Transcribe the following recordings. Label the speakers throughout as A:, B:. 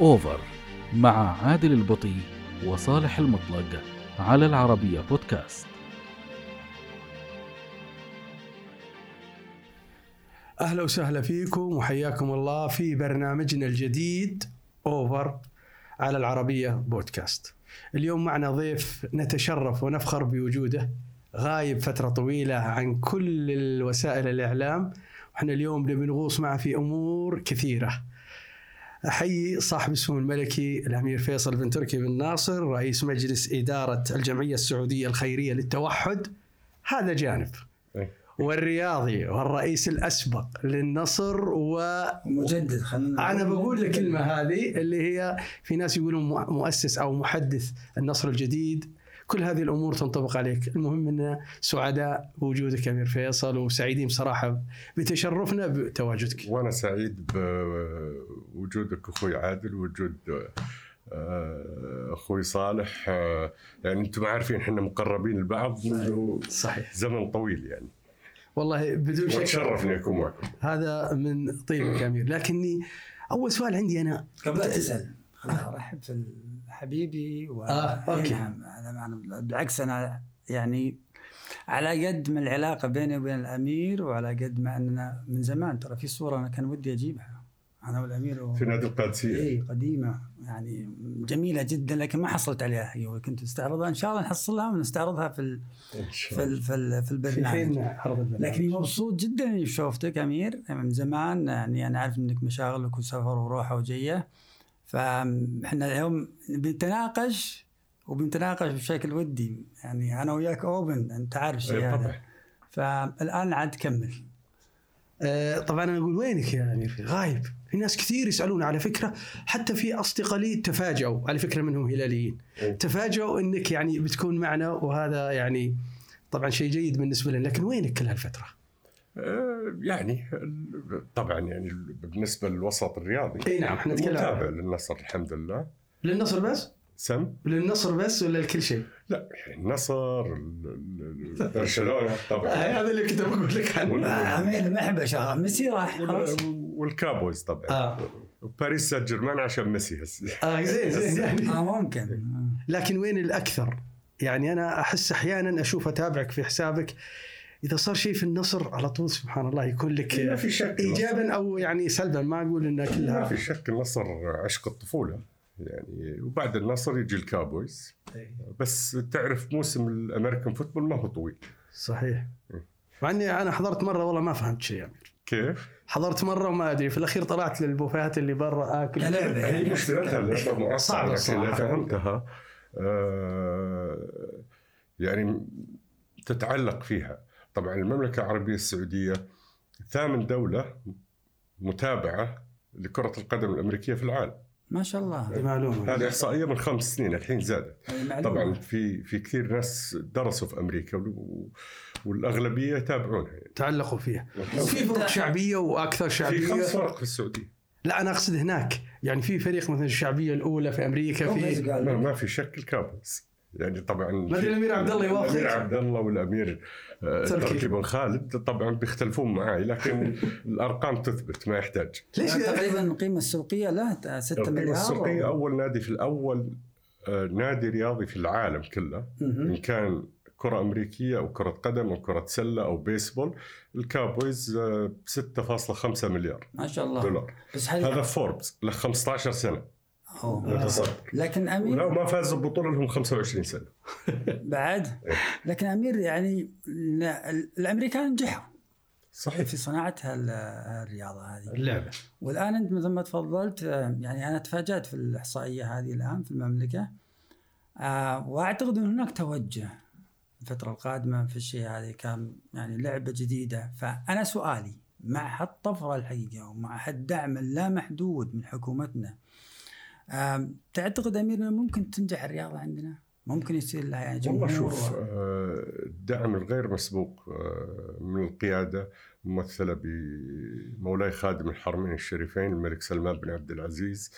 A: أوفر مع عادل البطي وصالح المطلق على العربية بودكاست
B: اهلا وسهلا فيكم وحياكم الله في برنامجنا الجديد اوفر على العربيه بودكاست. اليوم معنا ضيف نتشرف ونفخر بوجوده غايب فتره طويله عن كل وسائل الاعلام واحنا اليوم نبي نغوص معه في امور كثيره. احيي صاحب السمو الملكي الامير فيصل بن تركي بن ناصر رئيس مجلس اداره الجمعيه السعوديه الخيريه للتوحد هذا جانب. والرياضي والرئيس الاسبق للنصر و
C: مجدد خلينا
B: انا بقول الكلمه هذه اللي هي في ناس يقولون مؤ- مؤسس او محدث النصر الجديد كل هذه الامور تنطبق عليك المهم اننا سعداء بوجودك امير فيصل وسعيدين بصراحه بتشرفنا بتواجدك
D: وانا سعيد بوجودك اخوي عادل وجود آه، اخوي صالح آه، يعني انتم عارفين احنا مقربين لبعض منذ
B: صحيح
D: زمن طويل يعني
B: والله بدون شك
D: واتشرف اني اكون معكم
B: هذا من طيبك يا امير لكني اول سؤال عندي انا
C: قبل لا تسال انا ارحب في حبيبي و
B: آه، أوكي.
C: إي نعم أنا- أنا- بالعكس انا يعني على قد ما العلاقه بيني وبين الامير وعلى قد ما اننا من زمان ترى في صوره انا كان ودي اجيبها انا والامير و...
D: في نادي
B: إيه.
D: القادسيه
C: اي قديمه يعني جميله جدا لكن ما حصلت عليها هي كنت استعرضها ان شاء الله نحصلها ونستعرضها في ال...
D: إن شاء
C: في
D: الله.
C: ال... في, ال... في
B: في
C: البرنامج
B: حين عرض البرنامج
C: لكني مبسوط جدا اني شوفتك امير يعني من زمان يعني انا عارف انك مشاغلك وسفر وروحه وجيه فاحنا اليوم بنتناقش وبنتناقش بشكل ودي يعني انا وياك اوبن انت عارف الشيء
D: إيه،
C: هذا
D: طبعاً.
C: فالان عاد تكمل
B: آه، طبعا انا اقول وينك يا امير غايب في ناس كثير يسالون على فكره حتى في اصدقاء لي تفاجئوا على فكره منهم هلاليين
D: إيه.
B: تفاجئوا انك يعني بتكون معنا وهذا يعني طبعا شيء جيد بالنسبه لنا لكن وينك كل هالفتره؟
D: آه، يعني ال- طبعا يعني ال- بالنسبه للوسط الرياضي
B: اي نعم احنا نتكلم
D: متابع
B: عن-
D: للنصر الحمد لله
B: للنصر بس؟
D: سم
B: للنصر بس ولا لكل شيء؟
D: لا يعني النصر ال- ال- ال- برشلونه طبعا
B: هذا اللي كنت بقول لك
D: وال-
B: عنه
C: امير ما احب اشغل ميسي راح خلاص
D: وال- والكابويز طبعا
B: اه
D: باريس سان جيرمان عشان ميسي هسه
B: اه زين زين يعني
C: اه ممكن
B: لكن وين الاكثر؟ يعني انا احس احيانا اشوف اتابعك في حسابك اذا صار شيء في النصر على طول سبحان الله يكون لك
D: إيه، ما في شك
B: ايجابا او يعني سلبا ما اقول انها
D: ما
B: كلها
D: في شك النصر عشق الطفوله يعني وبعد النصر يجي الكابويز بس تعرف موسم الامريكان فوتبول ما هو طويل
B: صحيح
D: إيه.
B: مع اني انا حضرت مره والله ما فهمت شيء يعني.
D: كيف؟
B: حضرت مره وما ادري في الاخير طلعت للبوفات اللي برا اكل
C: كلعبه
D: هي
C: يعني
D: مشكلتها اللعبه
B: صعبة
D: معقده لكن
B: الصراحة.
D: اذا فهمتها آه، يعني تتعلق فيها طبعا المملكه العربيه السعوديه ثامن دوله متابعه لكره القدم الامريكيه في العالم
C: ما شاء الله
B: هذه معلومه
D: هذه احصائيه من خمس سنين الحين زادت
C: هذه معلومة.
D: طبعا في في كثير ناس درسوا في امريكا و- والاغلبيه يتابعونها يعني
B: تعلقوا فيها
D: في
B: في فرق شعبيه واكثر شعبيه
D: خمس فرق في السعوديه
B: لا انا اقصد هناك يعني في فريق مثلا الشعبيه الاولى في امريكا في
D: ما,
C: قال
D: ما في شك الكابوس يعني طبعا
B: ما أدري الأمير عبد الله يوافق.
D: الامير عبد الله والامير آه،
B: تركي.
D: تركي بن خالد طبعا بيختلفون معي لكن الارقام تثبت ما يحتاج
B: ليش
C: تقريبا القيمه السوقيه لا 6
D: القيمه
C: مليار
D: السوقيه اول نادي في الاول آه، نادي رياضي في العالم كله
C: مهم.
D: ان كان كره امريكيه او كره قدم او كره سله او بيسبول الكابويز آه، 6.5 مليار
C: ما شاء الله
D: دولار
C: بس هل-
D: هذا فوربس له 15 سنه
C: أوه.
D: متصدر
C: لكن
D: ولو
C: امير
D: ما فازوا ببطوله لهم 25 سنه
C: بعد لكن امير يعني لا- ال- الامريكان نجحوا
D: صحيح
C: في صناعه هال- الرياضه هذه
B: اللعبه
C: والان انت مثل ما تفضلت آه، يعني انا تفاجات في الاحصائيه هذه الان في المملكه آه، واعتقد ان هناك توجه الفتره القادمه في الشيء هذا كان يعني لعبه جديده فانا سؤالي مع هالطفره الحقيقه ومع هالدعم اللامحدود من حكومتنا آم، تعتقد امير إنه ممكن تنجح الرياضه عندنا؟ ممكن يصير لها يعني
D: والله
C: جمهور
D: شوف
C: و-
D: آه، الدعم الغير مسبوق آه، من القياده ممثله بمولاي خادم الحرمين الشريفين الملك سلمان بن عبد العزيز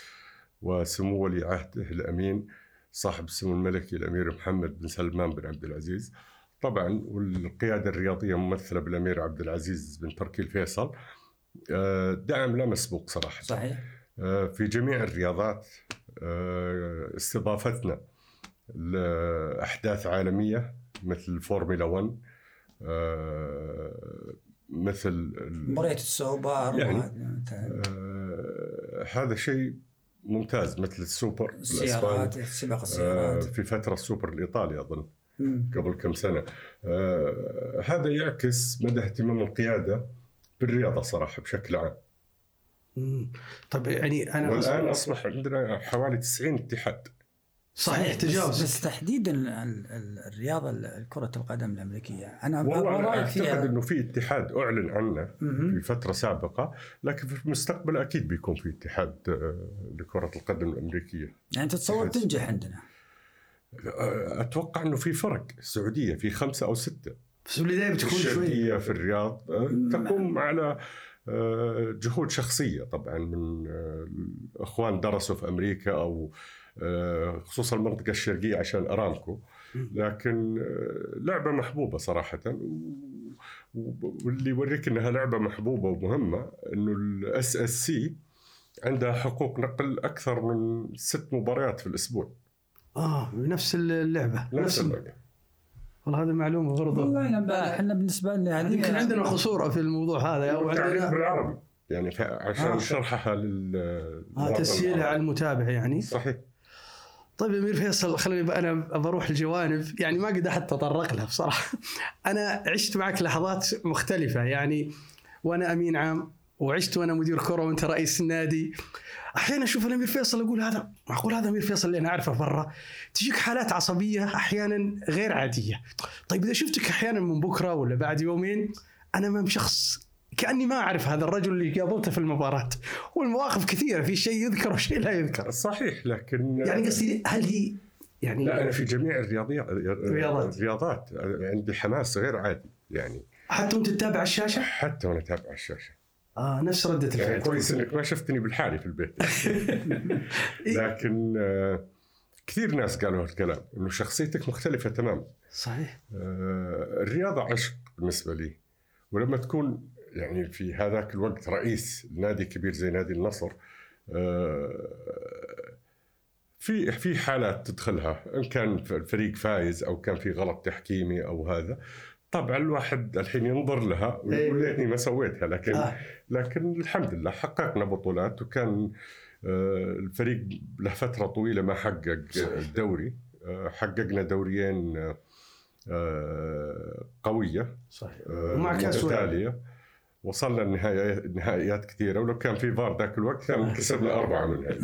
D: وسمو ولي عهده الامين صاحب السمو الملكي الامير محمد بن سلمان بن عبد العزيز طبعا والقياده الرياضيه ممثله بالامير عبد العزيز بن تركي الفيصل آه، دعم لا مسبوق صراحه
C: صحيح
D: آه، في جميع الرياضات آه، استضافتنا لأحداث عالمية مثل الفورمولا 1 آه، مثل ال-
C: مبارية السوبر
D: يعني.
C: وهذا-
D: آه، هذا شيء ممتاز مثل السوبر الإسباني
C: السيارات سباق
D: آه،
C: السيارات
D: في فترة السوبر الإيطالي أظن
C: مم.
D: قبل كم سنه آه هذا يعكس مدى اهتمام القياده بالرياضه صراحه بشكل عام
B: مم. طب يعني انا
D: والان اصبح عندنا حوالي 90 اتحاد
B: صحيح
C: بس-
B: تجاوز
C: بس تحديدا ال- ال- الرياضه ال- كره القدم الامريكيه انا
D: والله
C: أبغى
D: انا
C: رايك
D: اعتقد
C: فيها
D: انه في اتحاد اعلن عنه في
C: مهم.
D: فتره سابقه لكن في المستقبل اكيد بيكون في اتحاد آه، لكره القدم الامريكيه
C: يعني تتصور
D: بس-
C: تنجح عندنا
D: آه، اتوقع انه في فرق السعوديه في خمسه او سته
B: بس البدايه بتكون شوي
D: الشرقيه في الرياض آه،
C: م-
D: تقوم على آه، جهود شخصيه طبعا من آه، اخوان درسوا في امريكا او آه، خصوصا المنطقه الشرقيه عشان ارامكو لكن آه، لعبه محبوبه صراحه و- و- واللي يوريك انها لعبه محبوبه ومهمه انه الاس اس سي عندها حقوق نقل اكثر من ست مباريات في الاسبوع
B: اه نفس اللعبه
D: نفس
B: نفس ال-
D: اللعبة.
B: والله هذه معلومه برضه
C: والله لما احنا بالنسبه لنا يعني
B: يمكن عندنا خصوره في الموضوع هذا او
D: تعريف
B: عندنا
D: بالعربي يعني ف-
B: آه.
D: عشان شرحها لل
B: آه،
D: للمواطن
B: تسهيلها
D: العربي.
B: على المتابع يعني
D: صحيح
B: طيب امير فيصل خليني ب- انا بروح الجوانب يعني ما قد احد تطرق لها بصراحه انا عشت معك لحظات مختلفه يعني وانا امين عام وعشت وانا مدير كره وانت رئيس النادي احيانا اشوف الامير فيصل اقول هذا معقول هذا امير فيصل اللي انا اعرفه برا تجيك حالات عصبيه احيانا غير عاديه طيب اذا شفتك احيانا من بكره ولا بعد يومين انا امام شخص كاني ما اعرف هذا الرجل اللي قابلته في المباراه والمواقف كثيره في شيء يذكر وشيء لا يذكر
D: صحيح لكن
B: يعني قصدي هل هي يعني
D: لا انا في جميع الرياضيات
B: الرياضات.
D: الرياضات عندي حماس غير عادي يعني
B: حتى وانت تتابع الشاشه؟
D: حتى وانا اتابع الشاشه
B: اه نفس رده
D: يعني
B: الفعل
D: كويس انك ما شفتني بالحالي في البيت
B: إيه.
D: لكن آه، كثير ناس قالوا هالكلام انه شخصيتك مختلفه تماما
B: صحيح
D: آه، الرياضة عشق بالنسبة لي ولما تكون يعني في هذاك الوقت رئيس نادي كبير زي نادي النصر آه، في في حالات تدخلها ان كان الفريق فايز او كان في غلط تحكيمي او هذا طبعا الواحد الحين ينظر لها ويقول
B: إيه.
D: ليتني ما سويتها لكن
B: آه.
D: لكن الحمد لله حققنا بطولات وكان آه، الفريق له فتره طويله ما حقق الدوري آه، حققنا دوريين آه، آه، قويه
B: صحيح
D: آه،
B: ومع كأس
D: متتاليه وصلنا النهايات نهائيات كثيره ولو كان في فار ذاك الوقت
B: آه،
D: كان كسبنا اربعه منها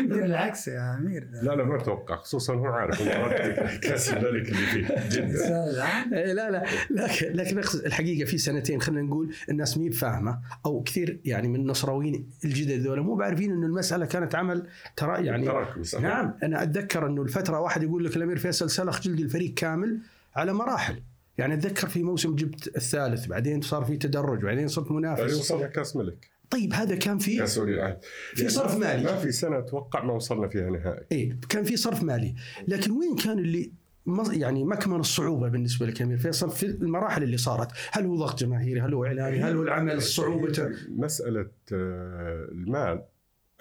C: يمكن العكس يا امير
D: لا لا ما اتوقع خصوصا هو عارف إنه أردت كاس الملك اللي فيه جدا
C: لا
B: إيه لا لا لكن لكن أقصد الحقيقه في سنتين خلينا نقول الناس مي بفاهمه او كثير يعني من النصراويين الجدد ذولا مو بعارفين انه المساله كانت عمل ترى يعني
D: تراكمي صحيح.
B: نعم انا اتذكر انه الفتره واحد يقول لك الامير فيصل سلخ جلد الفريق كامل على مراحل يعني اتذكر في موسم جبت الثالث بعدين صار في تدرج بعدين صرت
D: يعني
B: منافس
D: وصلنا كاس ملك
B: طيب هذا كان فيه
D: كاس ولي العهد
B: في صرف مالي.
D: ما في سنه اتوقع ما وصلنا فيها نهائي
B: اي إيه، كان في صرف مالي لكن وين كان اللي مز- يعني مكمن الصعوبه بالنسبه لك امير فيصل في المراحل اللي صارت هل هو ضغط جماهيري هل هو اعلامي يعني هل هو العمل صعوبته
D: مساله آه، المال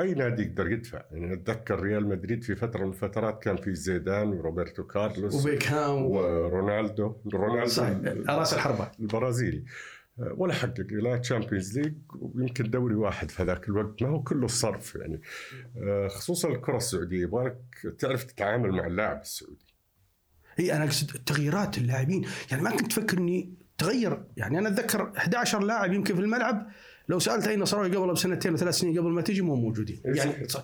D: اي نادي يقدر يدفع يعني اتذكر ريال مدريد في فتره من الفترات كان في زيدان وروبرتو كارلوس
B: وبيكهام
D: ورونالدو رونالدو
B: صحيح راس الحربه
D: البرازيلي آه، ولا حقق لا تشامبيونز ليج ويمكن دوري واحد في ذاك الوقت ما هو كله الصرف يعني آه، خصوصا الكره السعوديه يبغالك تعرف تتعامل مع اللاعب السعودي
B: اي انا اقصد التغييرات اللاعبين يعني ما كنت تفكر اني تغير يعني انا اتذكر 11 لاعب يمكن في الملعب لو سالت اي نصراوي قبل بسنتين وثلاث سنين قبل ما تجي مو موجودين
D: إيه،
B: يعني
D: صحيح.
B: صح.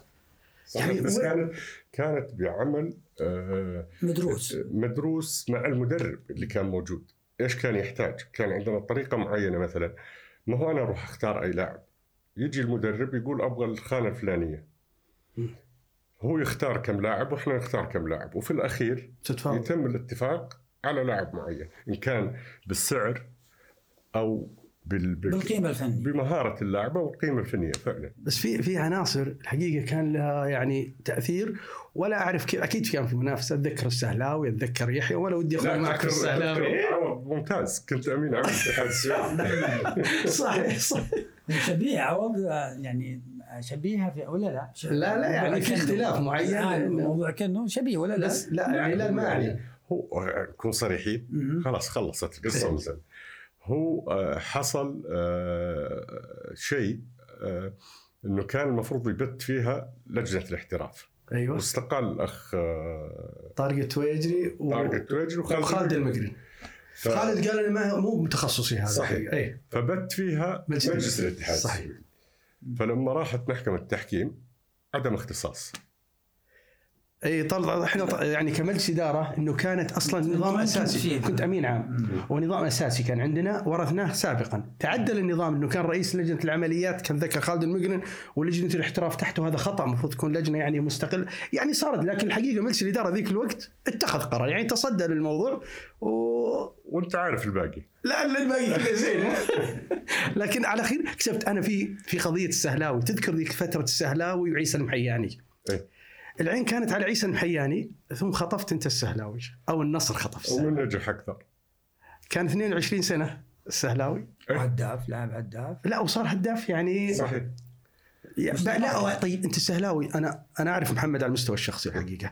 B: يعني
D: يعني بس
B: وين-
D: كانت كانت بعمل آه،
C: مدروس
D: مدروس مع المدرب اللي كان موجود ايش كان يحتاج كان عندنا طريقه معينه مثلا ما هو انا اروح اختار اي لاعب يجي المدرب يقول ابغى الخانه الفلانيه هو يختار كم لاعب واحنا نختار كم لاعب وفي الاخير
B: تتفاهم
D: يتم الاتفاق على لاعب معين ان كان بالسعر او بال... بال...
C: بالقيمه الفنيه
D: بمهاره اللاعب او القيمه الفنيه فعلا
B: بس في في عناصر الحقيقه كان لها يعني تاثير ولا اعرف كيف اكيد كان في منافسه اتذكر السهلاوي اتذكر يحيى ولا ودي اخوي
D: لا،
B: معك
D: أذكر-
B: السهلاوي
D: أذكر- عوض ممتاز كنت امين عام الاتحاد السعودي
B: صحيح صحيح
C: شبيه عوض يعني شبيهه في ولا لا؟ ش-
B: لا، لا، يعني
C: موضوع
B: في
C: كنو.
B: اختلاف معين.
C: آه، الموضوع كنه شبيه ولا لا؟
B: بس لا الهلال ما عليه
D: هو نكون صريحين
C: مم.
D: خلاص خلصت القصه
B: إيه.
D: من زمان هو آه، حصل آه، شيء آه، انه كان المفروض يبت فيها لجنه الاحتراف
B: ايوه
D: واستقال الاخ آه،
B: طارق التويجري و-
D: طارق التويجري وخالد
B: وخالد المقرن
D: ف-
B: خالد قال انا ما مو بتخصصي هذا إيه.
D: صحيح.
B: اي
D: فبت فيها
B: مجلس
D: مجلس
B: الاتحاد.
D: الاتحاد
B: صحيح.
D: السوري. فلما راحت محكمه التحكيم عدم اختصاص
B: اي إيه، طلع احنا ط- يعني كمجلس اداره انه كانت اصلا
C: أنت ما
B: نظام
C: كنت
B: اساسي
C: فيه.
B: كنت امين عام ونظام اساسي كان عندنا ورثناه سابقا تعدل النظام انه كان رئيس لجنه العمليات كان ذكر خالد المقرن ولجنه الاحتراف تحته هذا خطا المفروض تكون لجنه يعني مستقل يعني صارت لكن الحقيقه مجلس الاداره ذيك الوقت اتخذ قرار يعني تصدى للموضوع و
D: وانت عارف الباقي
B: لا لا الباقي كله زين لكن على خير كسبت انا في في قضيه السهلاوي تذكر ذيك فتره السهلاوي وعيسى المحياني
D: إيه.
B: العين كانت على عيسى المحياني ثم خطفت انت السهلاوي او النصر خطف السهلاوي
D: ومن نجح اكثر
B: كان 22 سنه السهلاوي
C: هداف لاعب هداف
B: لا وصار هداف يعني
D: صحيح
B: يا- بقى- لا طيب انت السهلاوي انا انا اعرف محمد على المستوى الشخصي الحقيقه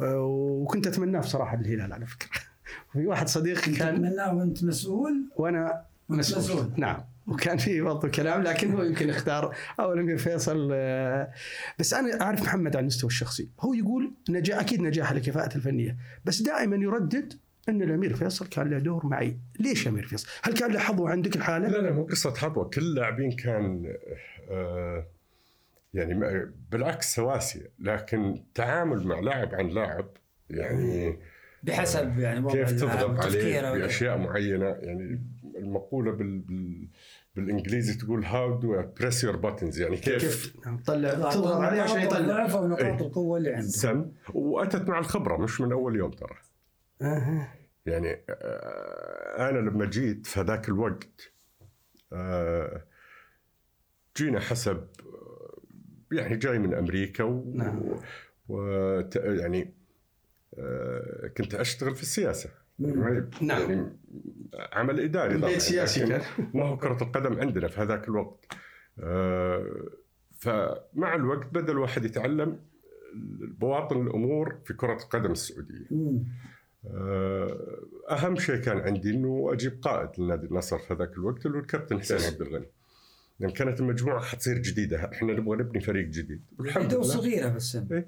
B: أه، وكنت اتمناه بصراحه للهلال على فكره في واحد صديقي كان
C: تتمناه وانت مسؤول
B: وانا مسؤول.
C: مسؤول.
B: نعم وكان في برضه كلام لكن هو يمكن اختار او الامير فيصل آه، بس انا اعرف محمد على المستوى الشخصي هو يقول نجاح اكيد نجاح لكفاءه الفنيه بس دائما يردد ان الامير فيصل كان له دور معي ليش الامير فيصل هل كان له حظوه عندك الحاله
D: لا لا مو قصة حظوة كل اللاعبين كان آه يعني ما- بالعكس سواسية لكن تعامل مع لاعب عن لاعب يعني
C: بحسب يعني وضع
D: كيف
C: اللاعب
D: تضغط
C: وتفكيره
D: عليه
C: ولا-
D: بأشياء معينة يعني المقولة بال بال بالانجليزي تقول هاو دو بريس يور باتنز يعني كيف
B: كيف نعم، طلع تضغط عليه عشان
C: نقاط
B: يطلع
C: ضعفه
D: إيه.
C: ونقاط القوه اللي عنده
D: سم واتت مع الخبرة مش من اول يوم ترى
B: أها.
D: يعني آه، انا لما جيت في ذاك الوقت آه، جينا حسب آه، يعني جاي من امريكا و,
B: نعم.
D: و ت- يعني آه، كنت اشتغل في السياسه
C: مم.
B: نعم.
D: يعني عمل اداري طبعاً،
B: بيت سياسي
D: يعني، لكن
B: كان
D: ما هو كره القدم عندنا في هذاك الوقت آه، فمع الوقت بدا الواحد يتعلم بواطن الامور في كره القدم السعوديه
C: مم.
D: اهم شيء كان عندي انه اجيب قائد لنادي النصر في ذاك الوقت اللي هو الكابتن حسين عبد الغني لان كانت المجموعه حتصير جديده احنا نبغى نبني فريق جديد والحمد
C: يدو
D: لله
C: صغيره بس السن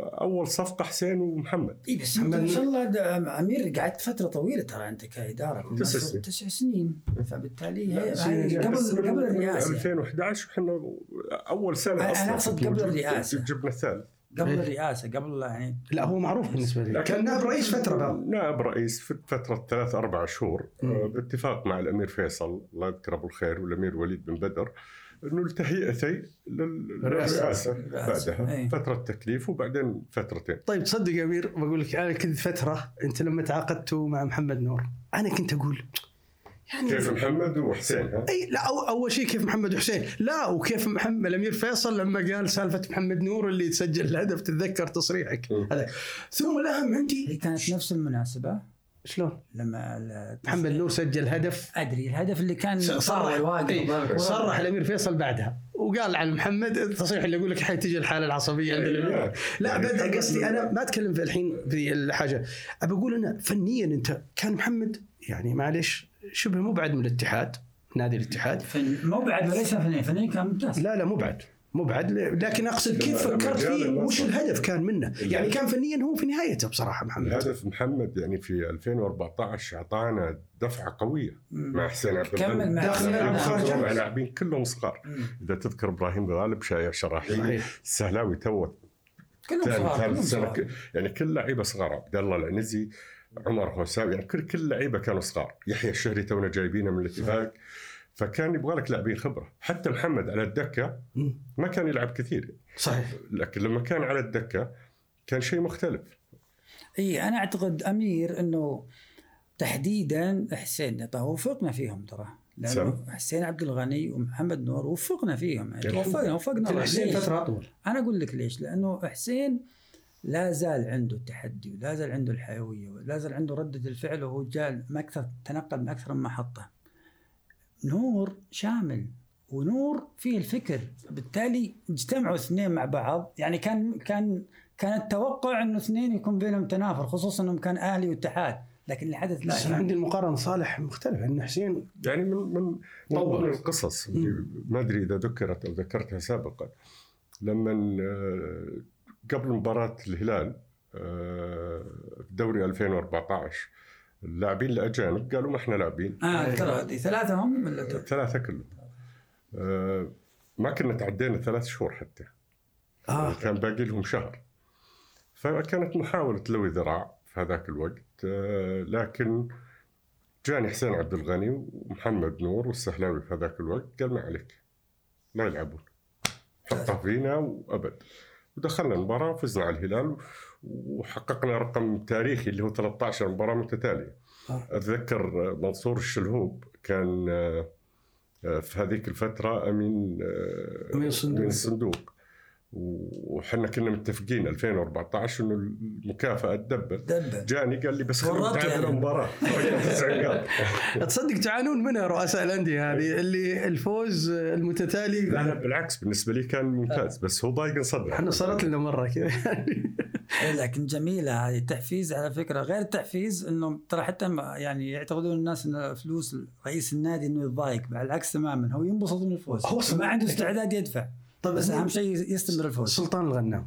D: اول صفقه حسين ومحمد
C: اي بس انت ما شاء الله ده امير قعدت فتره طويله ترى انت كاداره في
D: تسع
C: مصر.
D: سنين.
C: تسع سنين فبالتالي هي
B: لا،
C: هي
B: سنين.
C: قبل
D: بس من
C: قبل الرئاسه
D: 2011 وحنا اول سنه
C: أنا
D: اصلا
C: أقصد
D: كنت
C: أه، قبل
D: موجود.
C: الرئاسة.
D: جبنا الثالث
C: قبل الرئاسه قبل يعني
B: لا هو معروف بالنسبه لي كان نائب رئيس فتره بعد.
D: نائب رئيس في فتره ثلاث اربع شهور
B: مم.
D: آه، باتفاق مع الامير فيصل الله يذكره بالخير والامير وليد بن بدر انه لتهيئتي لل-
B: الرئاسة.
D: للرئاسه
C: الرئاسة.
D: بعدها
C: إيه.
D: فتره تكليف وبعدين فترتين
B: طيب تصدق يا امير بقول لك انا كنت فتره انت لما تعاقدتوا مع محمد نور انا كنت اقول يعني
D: كيف محمد وحسين ها؟
B: اي لا أو اول شيء كيف محمد حسين لا وكيف محمد الامير فيصل لما قال سالفه محمد نور اللي تسجل الهدف تتذكر تصريحك
D: مم.
B: هذا ثم الاهم
C: هي
B: عندي
C: كانت نفس المناسبه
B: شلون
C: لما ال-
B: محمد نور سجل هدف
C: ادري الهدف اللي كان
B: صرح إي، صرح الامير فيصل بعدها وقال عن محمد التصريح اللي يقول لك حتجي الحاله العصبيه
D: إيه،
B: عند الامير لا
D: يعني
B: بدا
D: الحمد
B: قصدي
D: لله.
B: انا ما اتكلم في الحين في الحاجه ابى اقول انا فنيا انت كان محمد يعني معلش شبه مبعد من الاتحاد نادي الاتحاد
C: فن- مو بعد وليس فني فني كان ممتاز
B: لا لا مو بعد مو بعد لكن اقصد كيف
D: لما- لما
B: فكرت
D: جاء
B: فيه
D: للنصر.
B: وش الهدف كان منه
D: الهدف.
B: يعني كان فنيا هو في نهايته بصراحه محمد
D: الهدف محمد يعني في 2014 اعطانا دفعه قويه
C: مم.
D: مع حسين عبد
C: كمل
D: الغني.
C: مع
B: داخل الملعب
D: كلهم-
B: وخارج الملعب.
D: لاعبين كلهم صغار
C: مم.
D: اذا تذكر ابراهيم غالب شايع شراحي
B: صحيح.
D: السهلاوي تو
C: كلهم
D: ثاني
C: صغار كلهم
D: ثالث سنه
C: صغار
D: ك- يعني كل لعيبه صغار عبد الله العنزي عمر هوسام يعني كل كل اللعيبه كانوا صغار يحيى الشهري تونا جايبينه من الاتفاق فكان يبغى لك لاعبين خبره حتى محمد على الدكه
B: مم.
D: ما كان يلعب كثير
B: صحيح
D: لكن لما كان على الدكه كان شيء مختلف
C: اي انا اعتقد امير انه تحديدا حسين طه وفقنا فيهم ترى لانه
D: سم.
C: حسين عبد الغني ومحمد نور وفقنا فيهم يعني
D: الحمد
C: وفقنا وفقنا
B: كان
C: الله.
B: حسين
C: ليش؟
B: فتره اطول
C: انا اقول لك ليش؟ لانه حسين لا زال عنده التحدي ولا زال عنده الحيويه ولا زال عنده رده الفعل وهو جاء من اكثر تنقل من اكثر من محطه. نور شامل ونور فيه الفكر بالتالي اجتمعوا اثنين مع بعض يعني كان كان كان التوقع انه اثنين يكون بينهم تنافر خصوصا انهم كان اهلي واتحاد لكن اللي حدث لا
B: بس أنا
C: يعني
B: عندي المقارنه صالح مختلفه ان حسين
D: يعني من من من
B: طور.
D: ضمن القصص اللي ما ادري اذا ذكرت او ذكرتها سابقا لما آه، قبل مباراه الهلال آه، في دوري 2014 اللاعبين الاجانب قالوا ما احنا لاعبين
C: اه ترى هذه ثلاثه هم اللي
D: ثلاثه كلهم آه، ما كنا تعدينا ثلاث شهور حتى
C: آه.
B: اه
D: يعني كان باقي لهم شهر فكانت محاولة لوي ذراع في هذاك الوقت آه، لكن جاني حسين عبد الغني ومحمد نور والسهلاوي في هذاك الوقت قال ما عليك ما يلعبون حطها فينا وابد ودخلنا المباراة وفزنا على الهلال وحققنا رقم تاريخي اللي هو 13 مباراة متتالية
B: آه.
D: أتذكر آه، منصور الشلهوب كان آه، آه، في هذيك الفترة أمين آه،
B: أمين الصندوق.
D: من الصندوق وحنا كنا متفقين 2014 انه المكافاه تدبل
C: دبل
D: جاني قال لي بس خلينا
C: ورطت
D: نتعادل
C: يعني.
D: المباراه تسع نقاط.
B: تصدق تعانون منها رؤساء الانديه هذه اللي الفوز
D: طيب. لا لا
B: المتتالي
D: بالعكس بالنسبه لي كان ممتاز
C: آه.
D: بس هو ضايق صدره
B: احنا صارت لنا مره كذا يعني.
C: إيه، لكن جميله هذه التحفيز على فكره غير التحفيز انه ترى حتى ما- يعني يعتقدون الناس ان فلوس رئيس النادي انه يتضايق على العكس تماما هو ينبسط من الفوز
B: هو
C: ما عنده استعداد يدفع
B: طيب
C: بس اهم شيء يستمر الفوز
B: سلطان الغنام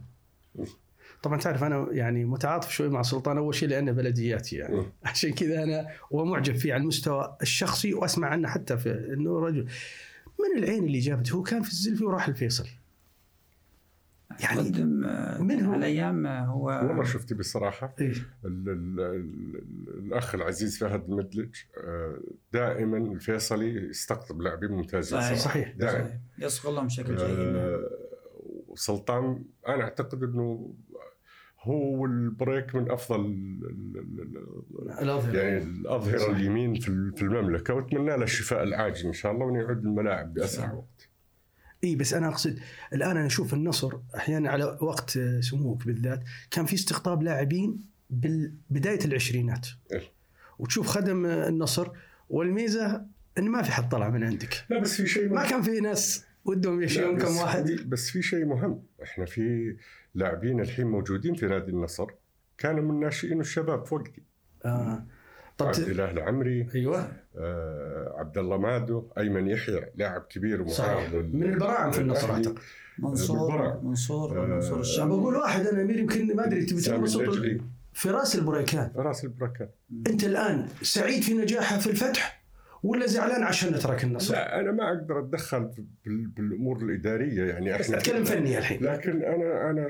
B: طبعا تعرف انا يعني متعاطف شوي مع سلطان اول شيء لانه بلدياتي يعني
C: آه.
D: مم.
B: عشان كذا انا ومعجب فيه على المستوى الشخصي واسمع عنه حتى في انه رجل من العين اللي جابته هو كان في الزلفي وراح الفيصل يعني
C: قدم
B: من هو؟
C: من على ايام آه، هو
D: والله شفتي بصراحه
B: إيه.
D: ال ال ال الاخ العزيز فهد المدلج آه، دائما الفيصلي يستقطب لاعبين ممتازين
C: صحيح.
D: صراحة.
B: صحيح.
D: دائما
C: يصغر لهم بشكل جيد
D: آه، وسلطان انا اعتقد انه هو والبريك من افضل ال- ال- ال-
B: آه،
D: يعني الاظهره اليمين في في المملكه واتمنى له الشفاء العاجل ان شاء الله وان يعود الملاعب باسرع وقت.
B: اي إيه، بس انا اقصد الان انا اشوف النصر احيانا على وقت آه، سموك بالذات كان في استقطاب لاعبين بدايه العشرينات
D: إيه.
B: وتشوف خدم آه، النصر والميزه ان ما في حد طلع من عندك
D: لا بس في شيء
B: ما كان في ناس ودهم يشيلون كم واحد
D: بس في شيء مهم احنا في لاعبين الحين موجودين في نادي النصر كانوا من ناشئين الشباب فوقي
B: آه. طب
D: عبد
B: ت...
D: الاله العمري
B: ايوه
D: آه عبد الله مادو ايمن يحيى لاعب كبير
B: صحيح
D: ومعاون
B: من البراعم في النصر
D: الأهلي.
B: اعتقد
C: منصور
D: بالبرع.
C: منصور
D: آه،
C: منصور
B: أنا
C: الشعب
B: بقول واحد انا امير يمكن ما ادري تبي
D: سامي
B: تنبسط
D: الدجلي.
B: فراس البريكان
D: يعني راس البركان
B: انت الان سعيد في نجاحه في الفتح ولا زعلان عشان نترك النصر؟
D: لا انا ما اقدر اتدخل بال- بالامور الاداريه يعني
B: بس
D: احنا
B: اتكلم فني الحين
D: لكن انا انا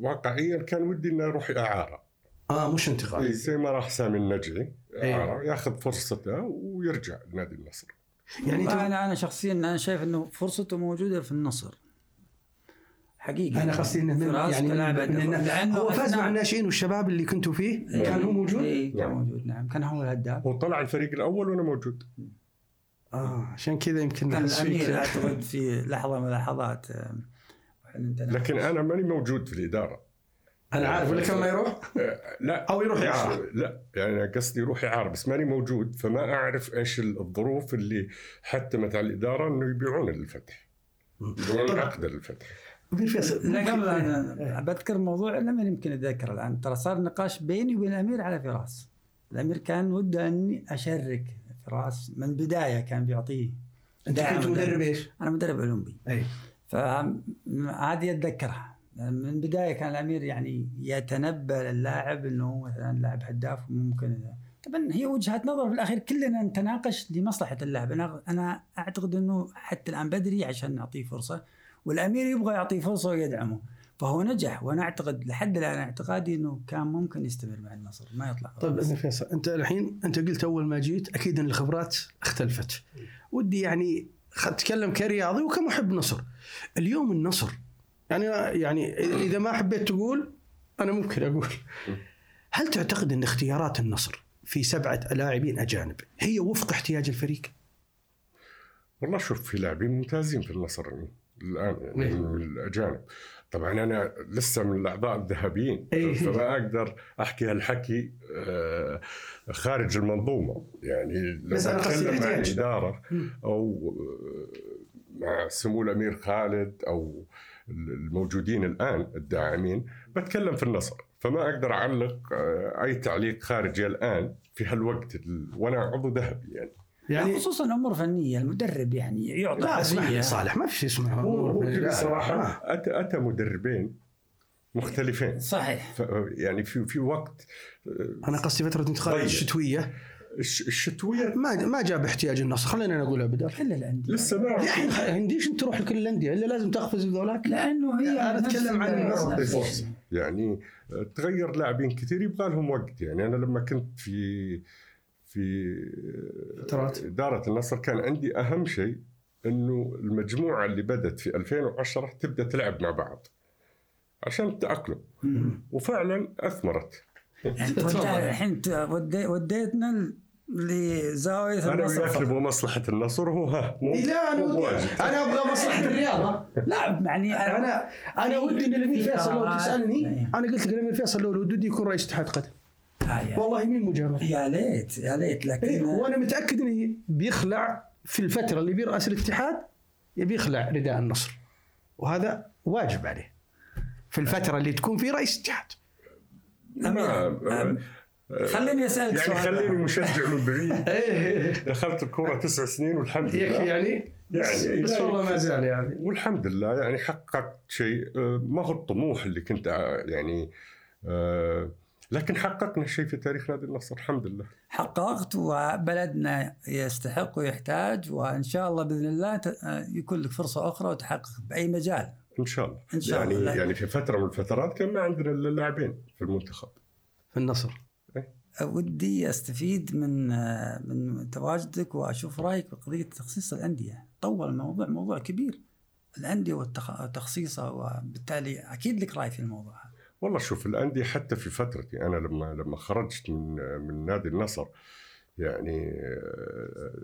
D: واقعيا كان ودي اني اروح اعاره
B: اه مش انتقال
D: إيه، زي ما راح سامي النجعي
B: إيه.
D: اعاره ياخذ فرصته ويرجع لنادي النصر
B: يعني انت
C: انا انا شخصيا انا شايف انه فرصته موجوده في النصر حقيقه
B: انا قصدي انه من
C: فراس
B: يعني
C: كلاعب
B: من من
C: هداف. لأنه
B: هو فاز مع
C: أثناء-
B: الناشئين والشباب اللي كنتوا فيه كان هو موجود
C: إيه، كان
D: نعم.
C: موجود نعم كان هو الهداف
D: هو طلع الفريق الاول وانا موجود
B: اه عشان كذا يمكن
C: كان
B: نحس فيك.
C: الامير اعتقد في لحظه من اللحظات آه، وإحنا انتنا-
D: لكن انا ماني موجود في الاداره
B: انا عارف ولا كان ما يروح
D: لا
B: او يروح
C: إيه.
B: يعرف
D: لا يعني أنا قصدي روحي عار بس ماني موجود فما اعرف ايش الظروف اللي حتمت على الاداره انه يبيعون الفتح يبيعون عقد الفتح
B: امير طيب، فيصل إيه.
C: لا قبل
B: ممكن-
C: أنا بذكر موضوع لم يمكن اتذكره الان ترى صار نقاش بيني وبين الامير على فراس الامير كان وده اني اشرك فراس من البدايه كان بيعطيه
B: انت
C: دعم.
B: كنت مدرب إيه. ايش؟
C: انا مدرب اولمبي
B: اي
C: فهذه اتذكرها من البدايه كان الامير يعني يتنبا للاعب انه هو مثلا لاعب هداف وممكن طبعا هي وجهات نظر في الاخير كلنا نتناقش لمصلحه اللاعب انا انا اعتقد انه حتى الان بدري عشان نعطيه فرصه والامير يبغى يعطيه فرصه ويدعمه فهو نجح وانا اعتقد لحد الان اعتقادي انه كان ممكن يستمر مع النصر ما يطلع
B: طيب امير فيصل انت الحين انت قلت اول ما جيت اكيد ان الخبرات اختلفت ودي يعني خ- اتكلم كرياضي وكمحب نصر اليوم النصر يعني يعني اذا ما حبيت تقول انا ممكن اقول هل تعتقد ان اختيارات النصر في سبعه لاعبين اجانب هي وفق احتياج الفريق؟
D: والله شوف في لاعبين ممتازين في النصر الان يعني
B: إيه.
D: من الاجانب طبعا انا لسه من الاعضاء الذهبيين
B: إيه.
D: فما اقدر احكي هالحكي آه، خارج المنظومه يعني
B: بس
D: لما
B: أنا قصدي
D: اتكلم عن
B: احتياج.
D: الاداره
B: مم.
D: او آه، مع سمو الامير خالد او الموجودين الان الداعمين بتكلم في النصر فما اقدر اعلق آه، اي تعليق خارجي الان في هالوقت ال- وانا عضو ذهبي يعني
B: يعني
C: خصوصا امور فنيه المدرب يعني يعطي
B: لا اسمح لي
C: حرية.
B: صالح ما في شيء اسمه
D: هو هو
B: أمور.
D: كذا صراحه
B: آه.
D: اتى اتى مدربين مختلفين
C: صحيح
D: ف- يعني في في وقت
B: انا قصدي فتره الانتخابات
D: طيب.
B: الشتويه
D: الش- الشتويه
B: ما ما جاب احتياج النصر خلينا نقولها بدل
C: كل الانديه
D: لسه ما
B: يا اخي يعني عنديش انت تروح لكل الانديه الا لازم تقفز بذولاك
C: لانه هي
B: يعني أنا
C: نفس
B: أتكلم عن
C: ال-
B: النظر.
C: نفس
B: بالضبط.
C: الشيء.
D: يعني آه، تغير لاعبين كثير يبغى لهم وقت يعني انا لما كنت في في آه،
B: فترات.
D: اداره النصر كان عندي اهم شيء انه المجموعه اللي بدت في 2010 تبدا تلعب مع بعض عشان التاقلم
C: مم.
D: وفعلا اثمرت
C: يعني توجه- الحين ت- ودي وديتنا ل- لزاويه
D: انا
C: النصر
D: وياك
C: فقط.
D: نبغى مصلحه النصر وهو ها مو
B: لا
D: مو
B: انا
D: بواجد.
B: انا ابغى مصلحه الرياضه
C: لا يعني انا
B: انا انا ودي ان الامير فيصل لو تسالني
C: إيه.
B: انا قلت لك الامير فيصل لو ودي يكون رئيس اتحاد قدم
C: آه، يعني.
B: والله مين مجامله
C: يا ليت يا ليت
B: إيه،
C: لكن
B: وانا متاكد انه بيخلع في الفتره اللي بيرأس الاتحاد بيخلع رداء النصر وهذا واجب عليه في الفتره اللي تكون في رئيس اتحاد
D: ما-
C: أمير،
B: آه،
C: أم- خليني اسالك
D: يعني
C: سؤال
D: خليني مشجع من بعيد
B: ايه
D: دخلت الكوره تسع سنين والحمد لله
B: يكفي يعني
D: يعني
B: بس
D: لا
B: والله ما
D: يكفي.
B: زال يعني
D: والحمد لله يعني حققت شيء آه، ما هو الطموح اللي كنت آه، يعني آه، لكن حققنا شيء في تاريخ نادي النصر الحمد لله
C: حققت وبلدنا يستحق ويحتاج وان شاء الله باذن الله ت- آه، يكون لك فرصه اخرى وتحقق باي مجال
D: ان شاء الله
C: إن شاء
D: يعني
C: الله.
D: يعني في فتره من الفترات كان ما عندنا الا لاعبين في المنتخب
B: في النصر
C: ودي استفيد من من تواجدك واشوف رايك بقضيه تخصيص الانديه طول الموضوع موضوع كبير الانديه والتخ- وتخصيصها وبالتالي اكيد لك راي في الموضوع هذا
D: والله شوف الانديه حتى في فترتي انا لما لما خرجت من من نادي النصر يعني آه،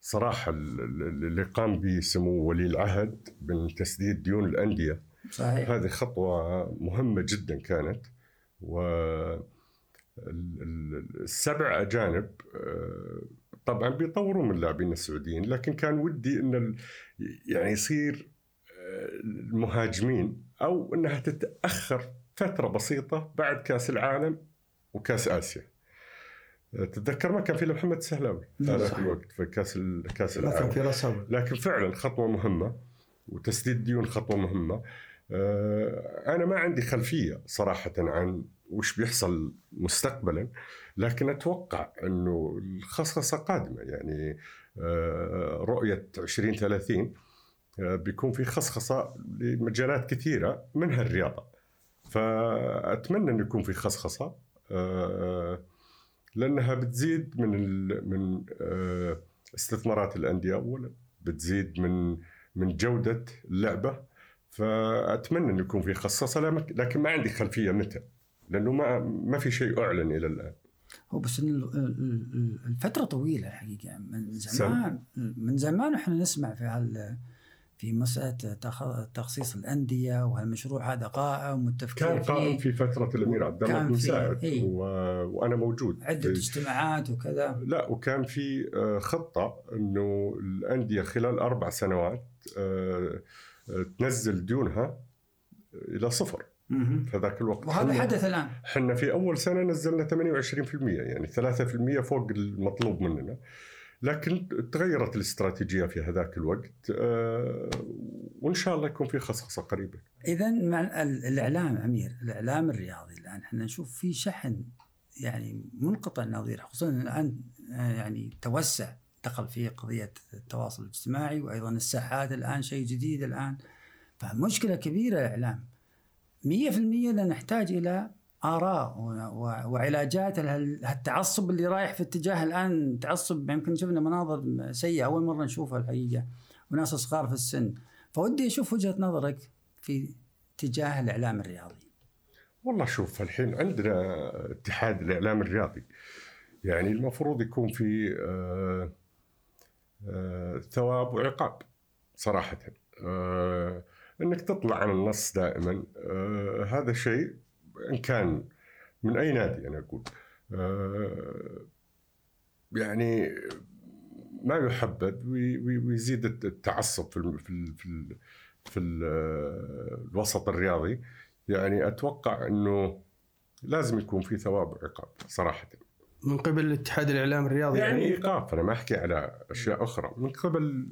D: صراحه ال- ال- اللي قام به سمو ولي العهد من تسديد ديون الانديه
C: صحيح
D: هذه خطوة مهمة جدا كانت و ال- ال- السبع أجانب آه، طبعا بيطوروا من اللاعبين السعوديين لكن كان ودي أن ال- يعني يصير آه، المهاجمين أو أنها تتأخر فترة بسيطة بعد كأس العالم وكأس آسيا آه، تتذكر ما كان في إلا محمد السهلاوي
C: نعم،
D: هذاك
C: صح.
D: الوقت في كأس ال- كأس
B: ما
D: العالم
B: كان في رسم
D: لكن فعلا خطوه مهمه وتسديد ديون خطوه مهمه آه، انا ما عندي خلفيه صراحه عن وش بيحصل مستقبلا لكن اتوقع انه الخصخصه قادمه يعني آه، رؤيه 2030 آه، بيكون في خصخصه لمجالات كثيره منها الرياضه فاتمنى انه يكون في خصخصه آه، لانها بتزيد من ال- من آه، استثمارات الانديه اولا بتزيد من من جوده اللعبه فاتمنى انه يكون في خصصه لم- لكن ما عندي خلفيه متى لانه ما ما في شيء اعلن الى الان
C: هو بس إن ال- ال- ال- الفترة طويلة الحقيقة من زمان
D: سنة.
C: من زمان احنا نسمع في هال في مسألة تخ- تخصيص الأندية وهالمشروع هذا قائم والتفكير
D: كان قائم
C: فيه
D: في فتره الامير عبد الله
C: كان
D: بن
C: في-
D: مساعد
C: إيه.
D: و... وانا موجود
C: عدة
D: في- إيه.
C: اجتماعات وكذا
D: لا وكان في آه، خطه انه الانديه خلال اربع سنوات آه، آه، تنزل ديونها الى صفر
C: مهم.
D: في ذاك الوقت
C: وهذا
D: حنا-
C: حدث الآن
D: احنا في اول سنه نزلنا 28% يعني 3% فوق المطلوب مننا لكن تغيرت الاستراتيجيه في هذاك الوقت آه، وان شاء الله يكون في خصخصه قريبه
C: إذا مع ال- الإعلام أمير الإعلام الرياضي الآن احنا نشوف في شحن يعني منقطع النظير خصوصا إن الآن آه، يعني توسع دخل فيه قضية التواصل الاجتماعي وأيضا الساحات الآن شيء جديد الآن فمشكلة كبيرة الإعلام مية في المية نحتاج إلى آراء و- و- وعلاجات لهال- هالتعصب اللي رايح في اتجاه الآن تعصب يمكن شفنا مناظر سيئة أول مرة نشوفها الحقيقة وناس صغار في السن فودي أشوف وجهة نظرك في اتجاه الإعلام الرياضي
D: والله شوف الحين عندنا اتحاد الاعلام الرياضي يعني المفروض يكون في آه، آه، ثواب وعقاب صراحه آه، انك تطلع عن النص دائما آه، هذا شيء ان كان من اي نادي انا اقول آه، يعني ما يحبذ وي- وي- ويزيد الت- التعصب في الم- في ال- في ال- في ال- آه، الوسط الرياضي يعني اتوقع انه لازم يكون في ثواب وعقاب صراحه
B: من قبل الاتحاد الاعلام الرياضي
D: يعني
B: يعني
D: ايقاف انا ما احكي على اشياء اخرى من قبل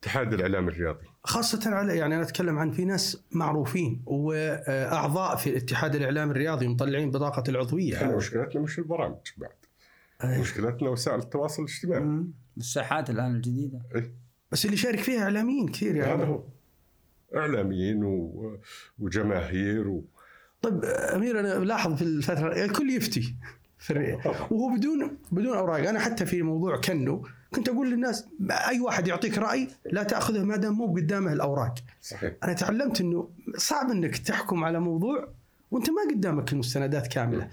D: اتحاد الاعلام الرياضي
B: خاصة على يعني أنا أتكلم عن في ناس معروفين وأعضاء في اتحاد الإعلام الرياضي مطلعين بطاقة
D: احنا
B: العضوية
D: مشكلتنا مش البرامج بعد
C: أيوة.
B: أي.
D: مشكلتنا وسائل التواصل الاجتماعي
C: مم. الساحات الان الجديده
B: بس اللي شارك فيها إعلاميين كثير
D: هذا
B: يعني
D: هو اعلاميين و... وجماهير و...
B: طيب أمير أنا لاحظ في الفترة الكل يفتي في
D: إيه.
B: الري- وهو بدون بدون أوراق أنا حتى في موضوع كنو كنت أقول للناس أي واحد يعطيك رأي لا تأخذه ما دام مو قدامه الأوراق
D: صحيح
B: انا تعلمت انه صعب انك تحكم على موضوع وانت ما قدامك المستندات كامله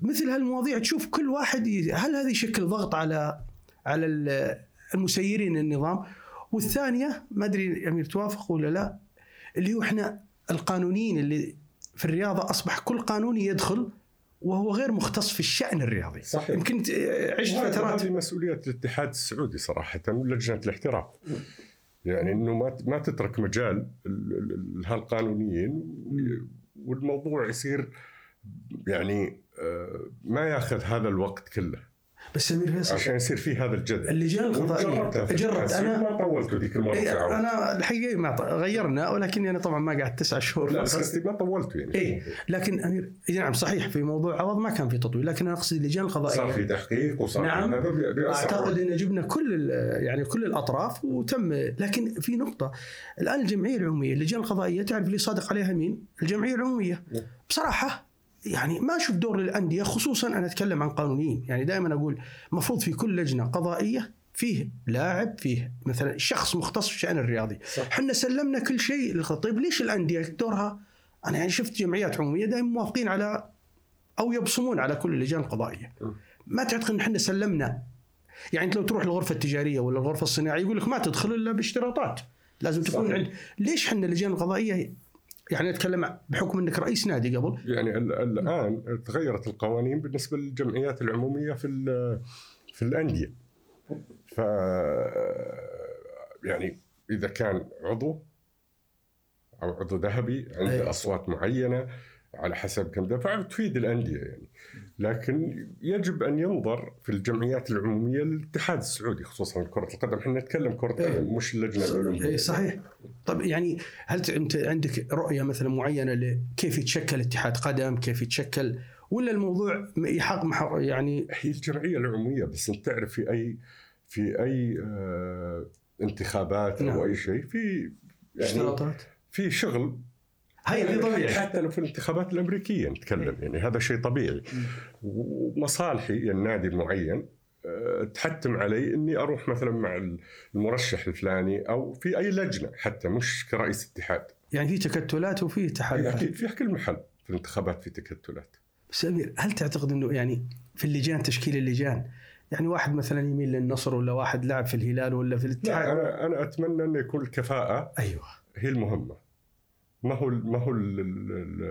B: مثل هالمواضيع تشوف كل واحد ي- هل هذا يشكل ضغط على على ال- المسيرين النظام والثانيه ما ادري امير توافق ولا لا اللي هو احنا القانونيين اللي في الرياضه اصبح كل قانوني يدخل وهو غير مختص في الشان الرياضي
D: صحيح
B: يمكن ت- عشت
D: وهذا-
B: فترات
D: هذه مسؤوليه الاتحاد السعودي صراحه ولجنه الاحتراف يعني انه ما ما تترك مجال ال- ال- ال- هالقانونيين والموضوع يصير يعني آه، ما ياخذ هذا الوقت كله
B: بس امير فيصل
D: عشان يصير في هذا الجدل
B: اللجان القضائيه جربت انا
D: ما طولت ذيك المره
B: إيه
D: ساعة.
B: انا الحقيقه ما ط- غيرنا ولكني انا طبعا ما قعدت تسعة شهور
D: لا بس قصدي ما طولت يعني
B: إيه. لكن امير إي نعم صحيح في موضوع عوض ما كان في تطويل لكن انا اقصد اللجان
D: صار في
B: القضائيه
D: تحقيق وصار
B: نعم.
D: هذا بي- بيأثر
B: اعتقد ان جبنا كل ال- يعني كل الاطراف وتم لكن في نقطه الان الجمعيه العموميه اللجان القضائيه تعرف اللي صادق عليها مين؟ الجمعيه العموميه
D: نعم.
B: بصراحه يعني ما اشوف دور للانديه خصوصا انا اتكلم عن قانونيين يعني دائما اقول مفروض في كل لجنه قضائيه فيه لاعب فيه مثلا شخص مختص في شان الرياضي
D: صح.
B: احنا سلمنا كل شيء للخ- طيب ليش الانديه دورها انا يعني شفت جمعيات عموميه دائما موافقين على او يبصمون على كل اللجان القضائيه
D: م.
B: ما تعتقد ان احنا سلمنا يعني انت لو تروح الغرفه التجاريه ولا الغرفه الصناعيه يقول لك ما تدخل الا باشتراطات لازم تكون
D: صحيح.
B: عند ليش احنا اللجان القضائيه يعني اتكلم بحكم انك رئيس نادي قبل
D: يعني ال- الان تغيرت القوانين بالنسبه للجمعيات العموميه في ال- في الانديه ف يعني اذا كان عضو او عضو ذهبي
B: أي.
D: عنده اصوات معينه على حسب كم دفع تفيد الانديه يعني لكن يجب ان ينظر في الجمعيات العموميه للاتحاد السعودي خصوصا كره القدم احنا نتكلم كره
B: أي.
D: قدم مش اللجنه
B: اي
D: العلوميه
B: إيه، صحيح طب يعني هل ت- انت عندك رؤيه مثلا معينه لكيف يتشكل اتحاد قدم كيف يتشكل ولا الموضوع م- يحق مح- يعني
D: هي الجمعيه العموميه بس انت تعرف في اي في اي آه انتخابات
B: نعم.
D: او اي شيء في يعني
B: اشتراطات
D: في شغل
B: هاي اللي طبيعي
D: حتى لو في الانتخابات الامريكيه نتكلم يعني هذا شيء طبيعي ومصالحي يعني نادي معين آه، تحتم علي اني اروح مثلا مع المرشح الفلاني او في اي لجنه حتى مش كرئيس اتحاد
B: يعني في تكتلات وفي تحالفات
D: اكيد في كل محل في الانتخابات في تكتلات
B: بس امير هل تعتقد انه يعني في اللجان تشكيل اللجان يعني واحد مثلا يميل للنصر ولا واحد لاعب في الهلال ولا في
D: لا
B: الاتحاد
D: انا انا اتمنى ان يكون الكفاءه
B: ايوه
D: هي المهمة ما هو ما هو ال ال ال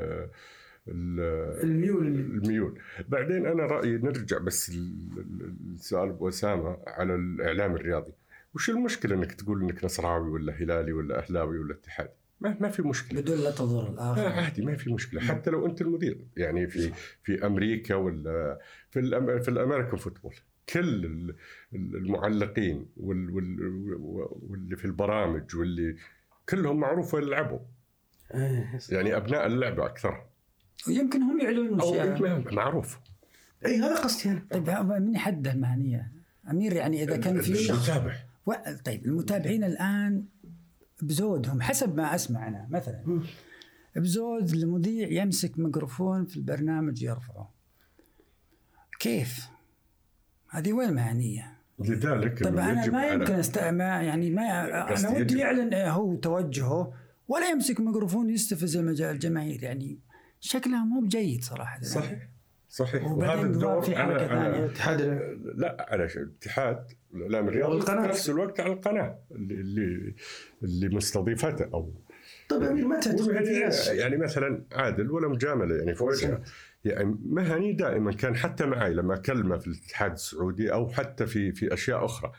D: ال
B: الميول اللي-
D: الميول بعدين أنا رأيي نرجع بس ال- ال- السؤال أبو أسامة على الإعلام الرياضي وش المشكلة أنك تقول أنك نصراوي ولا هلالي ولا أهلاوي ولا اتحادي ما, ما في مشكلة
C: بدون لا تضر
D: لا
C: الاخر
D: عادي ما في مشكلة حتى لو أنت المدير يعني في في أمريكا ولا في الأم في الأمريكان فوتبول كل ال- ال- المعلقين وال- وال- واللي في البرامج واللي كلهم معروف وين يلعبوا
B: إيه.
D: يعني ابناء اللعبه اكثر
C: ويمكن هم يعلنون
D: او
C: شيء
D: يمكن معروف
B: اي إيه، هذا قصدي انا
C: طيب ها- من يحدد المهنيه؟ امير يعني اذا كان في شخص
D: المتابع
C: و... طيب المتابعين الان بزودهم حسب ما اسمع انا مثلا
B: مم.
C: بزود المذيع يمسك ميكروفون في البرنامج يرفعه كيف؟ هذه وين مهنيه؟
D: لذلك
C: طب
D: إنه
C: انا
D: يجب
C: ما
D: على-
C: يمكن است ما يعني ما
D: قصدي
C: انا ودي
D: يجب.
C: يعلن هو توجهه ولا يمسك ميكروفون يستفز المجال الجماهير يعني شكلها مو بجيد صراحه
D: صحيح صحيح وهذا
C: وبعدين
D: الدور
C: في حركه ثانيه
B: الاتحاد
D: لا على شيء الاتحاد الاعلام الرياضي
B: والقناة.
D: في نفس الوقت على القناه اللي اللي, اللي مستضيفته او
B: طيب امير ما تعتقد في ناس
D: يعني مثلا عادل ولا مجامله يعني في وجهه يعني مهني دائما كان حتى معي لما اكلمه في الاتحاد السعودي او حتى في في اشياء اخرى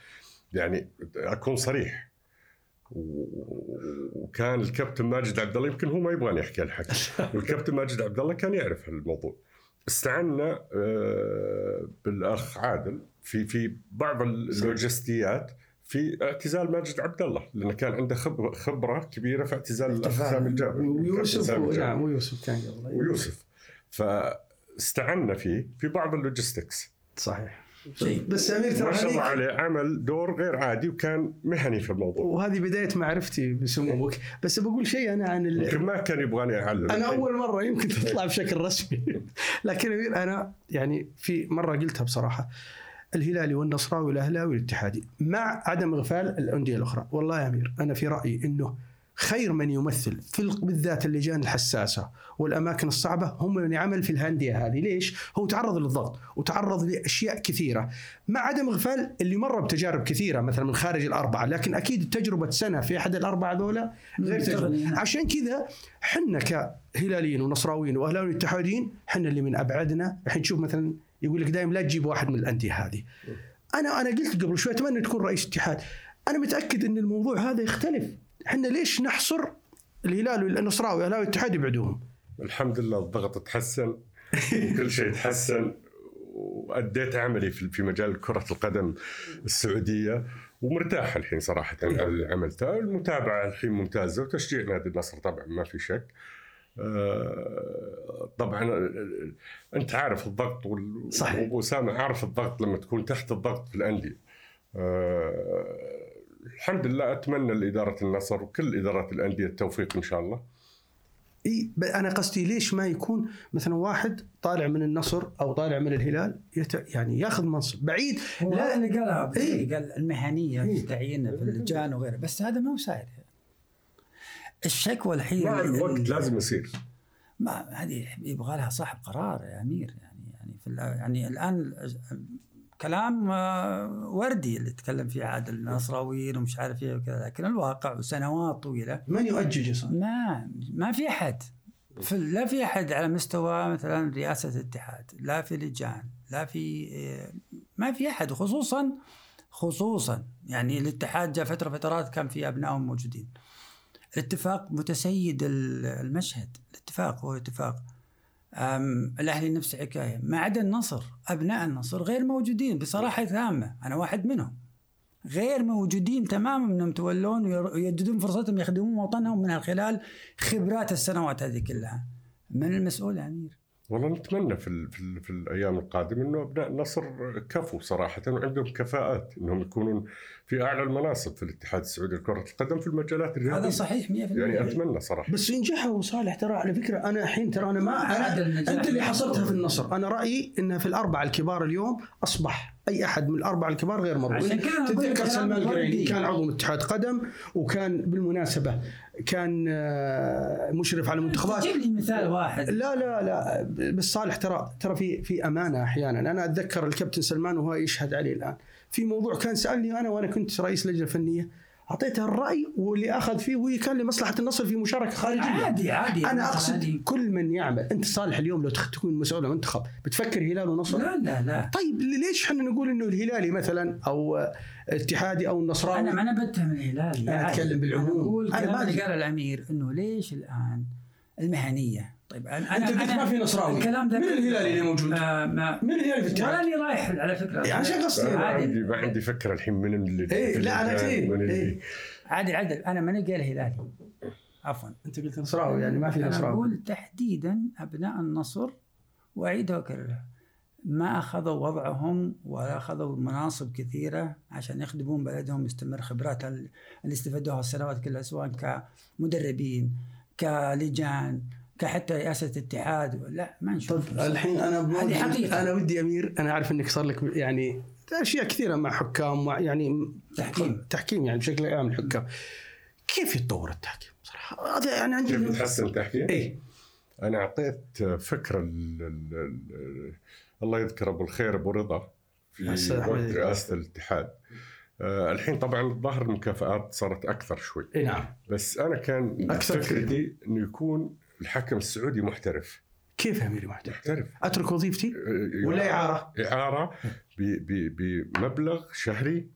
D: يعني اكون صريح و- وكان الكابتن ماجد عبد الله يمكن هو ما يبغى يحكي الحكي والكابتن ماجد عبد الله كان يعرف هالموضوع استعنا آه، بالاخ عادل في في بعض
B: صحيح.
D: اللوجستيات في اعتزال ماجد عبد الله لانه كان عنده خبره خبره كبيره في اعتزال الاخ سامي الجابر
B: ويوسف
D: سامي الجابر.
B: نعم ويوسف كان قبل
D: ويوسف فاستعنا فيه في بعض اللوجيستكس
B: صحيح
C: شيء
B: بس امير
D: ما شاء
B: إيه، ترى
D: الله
B: هذيك-
D: عليه عمل دور غير عادي وكان مهني في الموضوع
B: وهذه بدايه معرفتي بسموك بس بقول شيء انا عن ال...
D: يمكن ما كان يبغاني اعلم
B: انا اول مره يمكن تطلع بشكل رسمي لكن أمير انا يعني في مره قلتها بصراحه الهلالي والنصراوي والاهلاوي والاتحادي مع عدم اغفال الانديه الاخرى والله يا امير انا في رايي انه خير من يمثل في ال- بالذات اللجان الحساسه والاماكن الصعبه هم من يعمل في الانديه هذه، ليش؟ هو تعرض للضغط وتعرض لاشياء كثيره، مع عدم اغفال اللي مر بتجارب كثيره مثلا من خارج الاربعه، لكن اكيد تجربه سنه في احد الاربعه ذولا غير تجربه،
C: يعني
B: عشان كذا حنا كهلاليين ونصراويين واهلاويين واتحاديين حنا اللي من ابعدنا، الحين تشوف مثلا يقول لك دائما لا تجيب واحد من الانديه هذه. انا انا قلت قبل شوي اتمنى تكون رئيس اتحاد، انا متاكد ان الموضوع هذا يختلف، احنا ليش نحصر الهلال والنصراوي والاهلاوي والاتحاد يبعدوهم؟
D: الحمد لله الضغط تحسن وكل شيء تحسن واديت عملي في في مجال كره القدم السعوديه ومرتاح الحين صراحه على اللي عملته المتابعه الحين ممتازه وتشجيع نادي النصر طبعا ما في شك آه، طبعا آه، انت عارف الضغط وال-
B: صحيح.
D: واسامه عارف الضغط لما تكون تحت الضغط في الانديه آه، الحمد لله اتمنى لاداره النصر وكل ادارات الانديه التوفيق ان شاء الله
B: اي ب- انا قصدي ليش ما يكون مثلا واحد طالع من النصر او طالع من الهلال يت... يعني ياخذ منصب بعيد
C: هو
B: لا.
C: هذا اللي قالها أبو
B: إيه.
C: زيد، قال المهنيه
B: إيه.
C: في تعيين في اللجان وغيره بس هذا ما هو سائد الشكوى الحين
D: مع
C: ال-
D: الوقت
C: ال-
D: لازم يصير
C: ما هذه يبغى لها صاحب قرار يا امير يعني يعني في الآ- يعني الان ال- كلام آه، وردي اللي تكلم فيه عادل النصراويين ومش عارف ايه وكذا لكن الواقع وسنوات طويله
B: من يؤجج اصلا؟
C: ما ما في احد في لا في احد على مستوى مثلا رئاسه الاتحاد لا في لجان لا في إيه، ما في احد خصوصا خصوصا يعني الاتحاد جاء فتره فترات كان في ابنائهم موجودين الاتفاق متسيد ال- المشهد الاتفاق هو اتفاق أم، الاهلي نفس الحكايه ما عدا النصر ابناء النصر غير موجودين بصراحه تامه انا واحد منهم غير موجودين تماما انهم يتولون وير- ويجدون فرصتهم يخدمون وطنهم من خلال خبرات السنوات هذه كلها من المسؤول يا امير
D: والله نتمنى في ال في, ال في الايام القادمه انه ابناء النصر كفوا صراحه وعندهم كفاءات انهم يكونون في اعلى المناصب في الاتحاد السعودي لكره القدم في المجالات
C: هذا
D: الرياضيه
C: صحيح 100%
D: يعني اتمنى صراحه
B: بس ينجحوا صالح ترى على فكره انا الحين ترى انا ما أنا
C: عدل النجاح.
B: انت اللي حصرتها في النصر، انا رايي انها في الاربعه الكبار اليوم اصبح اي احد من الاربعه الكبار غير مرغوب
C: عشان كذا أنا أقول
B: تتذكر
C: كلام
B: سلمان القريني
C: وردي.
B: كان عضو من اتحاد قدم وكان بالمناسبه كان آه، مشرف على المنتخبات
C: جيب لي مثال واحد
B: لا لا لا بس صالح ترى ترى في في امانه احيانا انا اتذكر الكابتن سلمان وهو يشهد عليه الان في موضوع كان سالني انا وانا كنت رئيس لجنه فنيه اعطيته الراي واللي اخذ فيه وهي كان لمصلحه النصر في مشاركه خارجيه
C: عادي عادي
B: انا
C: مثلاً
B: اقصد
C: عادي.
B: كل من يعمل انت صالح اليوم لو تخ- تكون مسؤول عن منتخب بتفكر هلال ونصر
C: لا لا لا
B: طيب ليش احنا نقول انه الهلالي مثلا او اتحادي او النصراوي
C: انا ما انا بتهم الهلال
B: أنا
C: عادي.
B: أتكلم بالعموم.
C: انا اقول
B: أنا
C: كلام
B: ما
C: اللي
B: أدري.
C: قاله الامير انه ليش الان المهنيه طيب انا
B: أنت قلت ما في نصراوي.
C: الكلام ده
B: مين الهلالي اللي موجود؟
C: آه ما
B: من الهلالي في الاتحاد
C: ولا لي رايح على فكره
B: إيه، عشان قصدي.
D: انا ما عندي
C: عادي
D: ما عندي فكره الحين من اللي
B: إيه، لا، أنا
D: اللي-
B: زي-
D: من اللي-
B: إيه.
C: عادي عادل انا ماني قال هلالي عفوا
B: انت قلت نصراوي يعني ما في
C: أنا
B: نصراوي
C: أقول تحديدا أبناء النصر وأعيدها وأكررها ما أخذوا وضعهم ولا أخذوا مناصب كثيرة عشان يخدمون بلدهم يستمر خبراتها اللي استفادوها السنوات كلها سواء كمدربين كلجان كحتى رئاسة اتحاد لا ما نشوف
B: طب الحين انا
C: هذه
B: ودي
C: حقيقة.
B: يعني
C: تحكيم.
B: تحكيم يعني بشكل عام الحكام كيف يتطور التحكيم صراحه هذا يعني
D: كيف
B: عندي إيه.
D: تحسن تحكيم؟
B: اي
D: انا اعطيت فكره ال ال ال الله يذكر ابو الخير ابو رضا في
B: الله يسلمك.
D: وقت رئاسه الاتحاد آه، الحين طبعا الظاهر المكافآت صارت اكثر شوي
B: اي نعم
D: بس انا كان
B: أكثر
D: فكرتي انه يكون الحكم السعودي محترف
B: كيف يا امير محترم
D: محترف
B: اترك وظيفتي
D: آه،
B: ولا اعاره
D: اعاره ب- ب- بمبلغ شهري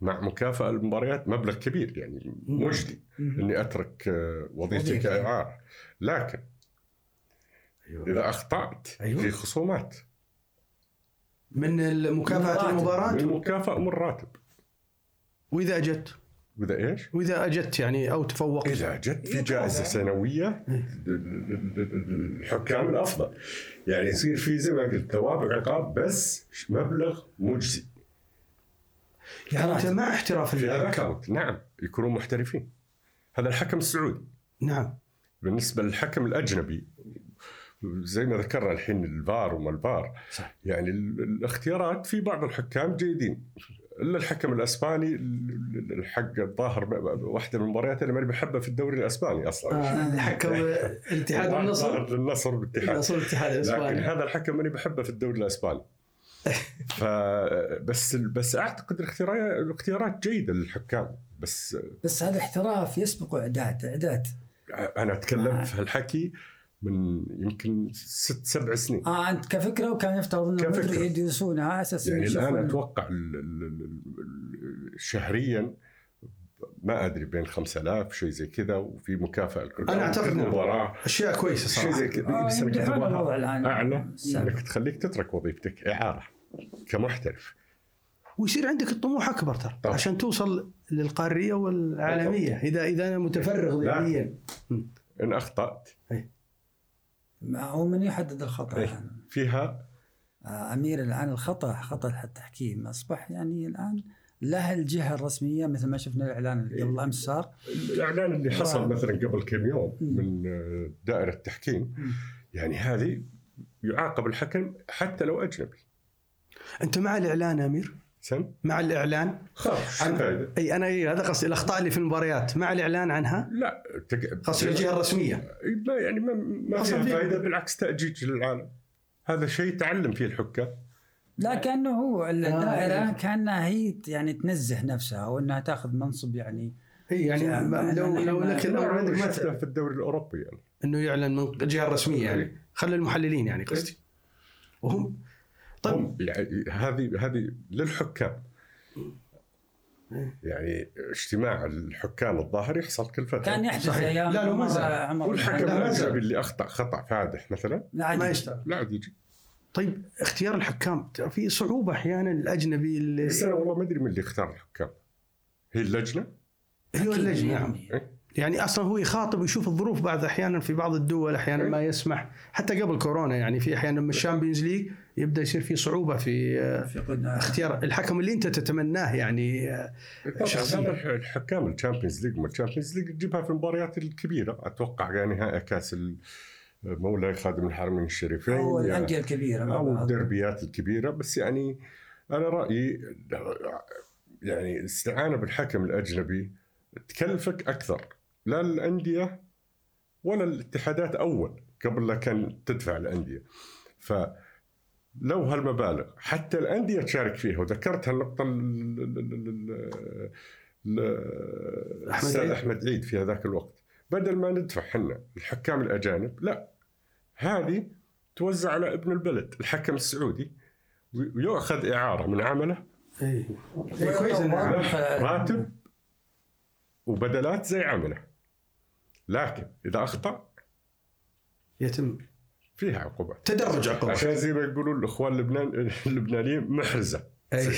D: مع مكافأة المباريات مبلغ كبير يعني مجدي
C: مم.
D: اني اترك آه، وظيفتي
C: وظيفة.
D: كاعار لكن
B: أيوة.
D: اذا اخطات
B: أيوة.
D: في خصومات
B: من ال- مكافاه
C: من
B: المباراه
D: من مكافأة من راتب
B: واذا اجت
D: واذا ايش؟
B: واذا اجت يعني او تفوقت
D: اذا جت في
C: إيه
D: جائزه
C: طبعاً.
D: سنويه الحكام الافضل يعني يصير في زي ما قلت توابع عقاب بس مبلغ مجزي
B: يعني انت مع احتراف
D: في
B: اللعبه
D: الاكونت نعم يكونوا محترفين هذا الحكم السعودي
B: نعم
D: بالنسبه للحكم الاجنبي زي ما ذكرنا الحين الفار وما الفار
B: صح.
D: يعني ال- الاختيارات في بعض الحكام جيدين الا الحكم الاسباني ال- ال- الحق الظاهر ب- ب- واحده من المباريات اللي ماني بحبها في الدوري الاسباني اصلا
B: آه، حكم الاتحاد والنصر إيه.
D: الظاهر النصر والاتحاد
B: النصر الاتحاد
D: إيه. لكن إيه.
B: الاسباني
D: هذا الحكم ماني بحبه في الدوري الاسباني فبس بس اعتقد الاختيارات الاختيارات جيده للحكام بس
C: بس هذا احتراف يسبق اعداد اعداد
D: انا اتكلم في هالحكي من يمكن ست سبع سنين
C: اه انت كفكره وكان يفترض انه
D: كفكرة.
C: مدري آه، يدرسونها اساس
D: يعني الان
C: يشوفون-
D: اتوقع ال- ال- ال- ال- شهريا ما ادري بين 5000 شيء زي كذا وفي مكافاه لكل
B: أنا أعتقد نعم.
D: مباراه
B: اشياء كويسه
D: شيء
B: صراحه
D: زي كذا
C: آه،
D: بس
C: يمدحون
D: أنا أبغاها
C: الوضع الان
D: اعلى
C: سابق.
D: انك تخليك تترك وظيفتك اعاره كمحترف
B: ويصير عندك الطموح اكبر ترى
D: طبعاً.
B: عشان توصل للقاريه والعالميه اذا اذا انا متفرغ
D: لا.
B: ذهنيا
D: ان اخطات
C: ما هو من يحدد الخطا
D: إيه.
C: الان
D: فيها
C: آه، امير الان الخطا خطا التحكيم اصبح يعني الان لها الجهه الرسميه مثل ما شفنا الاعلان
B: إيه.
C: اللي قبل امس صار
D: الاعلان اللي
C: آه.
D: حصل مثلا قبل كم يوم
C: مم.
D: من آه، دائره التحكيم
C: مم.
D: يعني هذه يعاقب الحكم حتى لو اجنبي
B: انت مع الاعلان يا امير
D: سن
B: مع الاعلان
D: خلاص شو
B: عن-
D: الفائده؟
B: اي انا إيه هذا قصدي الاخطاء اللي في المباريات مع الاعلان عنها
D: لا تق-
B: قصدي الجهه الرسميه
D: ما يعني ما ما
B: أصلاً
D: فيها
B: في-
D: فائده بالعكس تاجيج للعالم هذا شيء تعلم فيه الحكام
C: لا كانه هو الدائره
B: آه.
C: كانها هي يعني تنزه نفسها او انها تاخذ منصب يعني
B: اي يعني
C: جاء-
B: ما- لو لو لك الامر عندك ما
D: شفته في الدوري الاوروبي يعني
B: انه يعلن من الجهه الرسميه يعني خلي المحللين يعني قصدي وهم طيب
D: هم يعني هذه هذه للحكام يعني اجتماع الحكام الظاهر يحصل كل فتره
C: كان يحدث
B: صحيح.
C: ايام
B: لا، لو ما
C: عمر-
B: زال.
C: عمر
D: والحكم
C: بن
B: لا، ما
C: عبد
D: الاجنبي
B: زال.
D: اللي اخطا خطا فادح مثلا
C: العزيز.
B: ما يشتغل
D: لا عاد يجي
B: طيب اختيار الحكام ترى في صعوبه احيانا الاجنبي اللي
D: بس انا والله ما ادري من اللي اختار الحكام هي اللجنه
B: هي اللجنه نعم
C: يعني.
B: يعني اصلا هو يخاطب ويشوف الظروف بعض احيانا في بعض الدول احيانا ما يسمح حتى قبل كورونا يعني في احيانا لما الشامبيونز ليج يبدا يصير في صعوبه في آه،
C: في قلنا-
B: اختيار الحكم اللي انت تتمناه يعني آه، شخصياً.
D: شخصيا الحكام الشامبيونز ليج ما الشامبيونز ليج تجيبها في المباريات الكبيره اتوقع يعني نهائي كاس ال- مولاي خادم الحرمين الشريفين
C: او
D: يا-
C: الانديه الكبيره مع
D: او
C: بعض.
D: الدربيات الكبيره بس يعني انا رايي يعني الاستعانه بالحكم الاجنبي تكلفك اكثر لا الانديه ولا الاتحادات اول قبل لا كان تدفع الانديه فلو هالمبالغ حتى الانديه تشارك فيها وذكرت هالنقطه ال- ال- ال- ال- ال-
B: أحمد
D: الأستاذ
B: عيد.
D: احمد عيد في هذاك الوقت بدل ما ندفع حنا الحكام الاجانب لا هذه توزع على ابن البلد الحكم السعودي ويؤخذ اعاره من عمله
B: إيه. إيه، كويس إنه-
D: راتب وبدلات زي عمله لكن اذا اخطا
B: يتم
D: فيها عقوبات
B: تدرج عقوبه
D: عشان زي ما يقولون الاخوان اللبنان اللبنانيين محرزه
B: أي.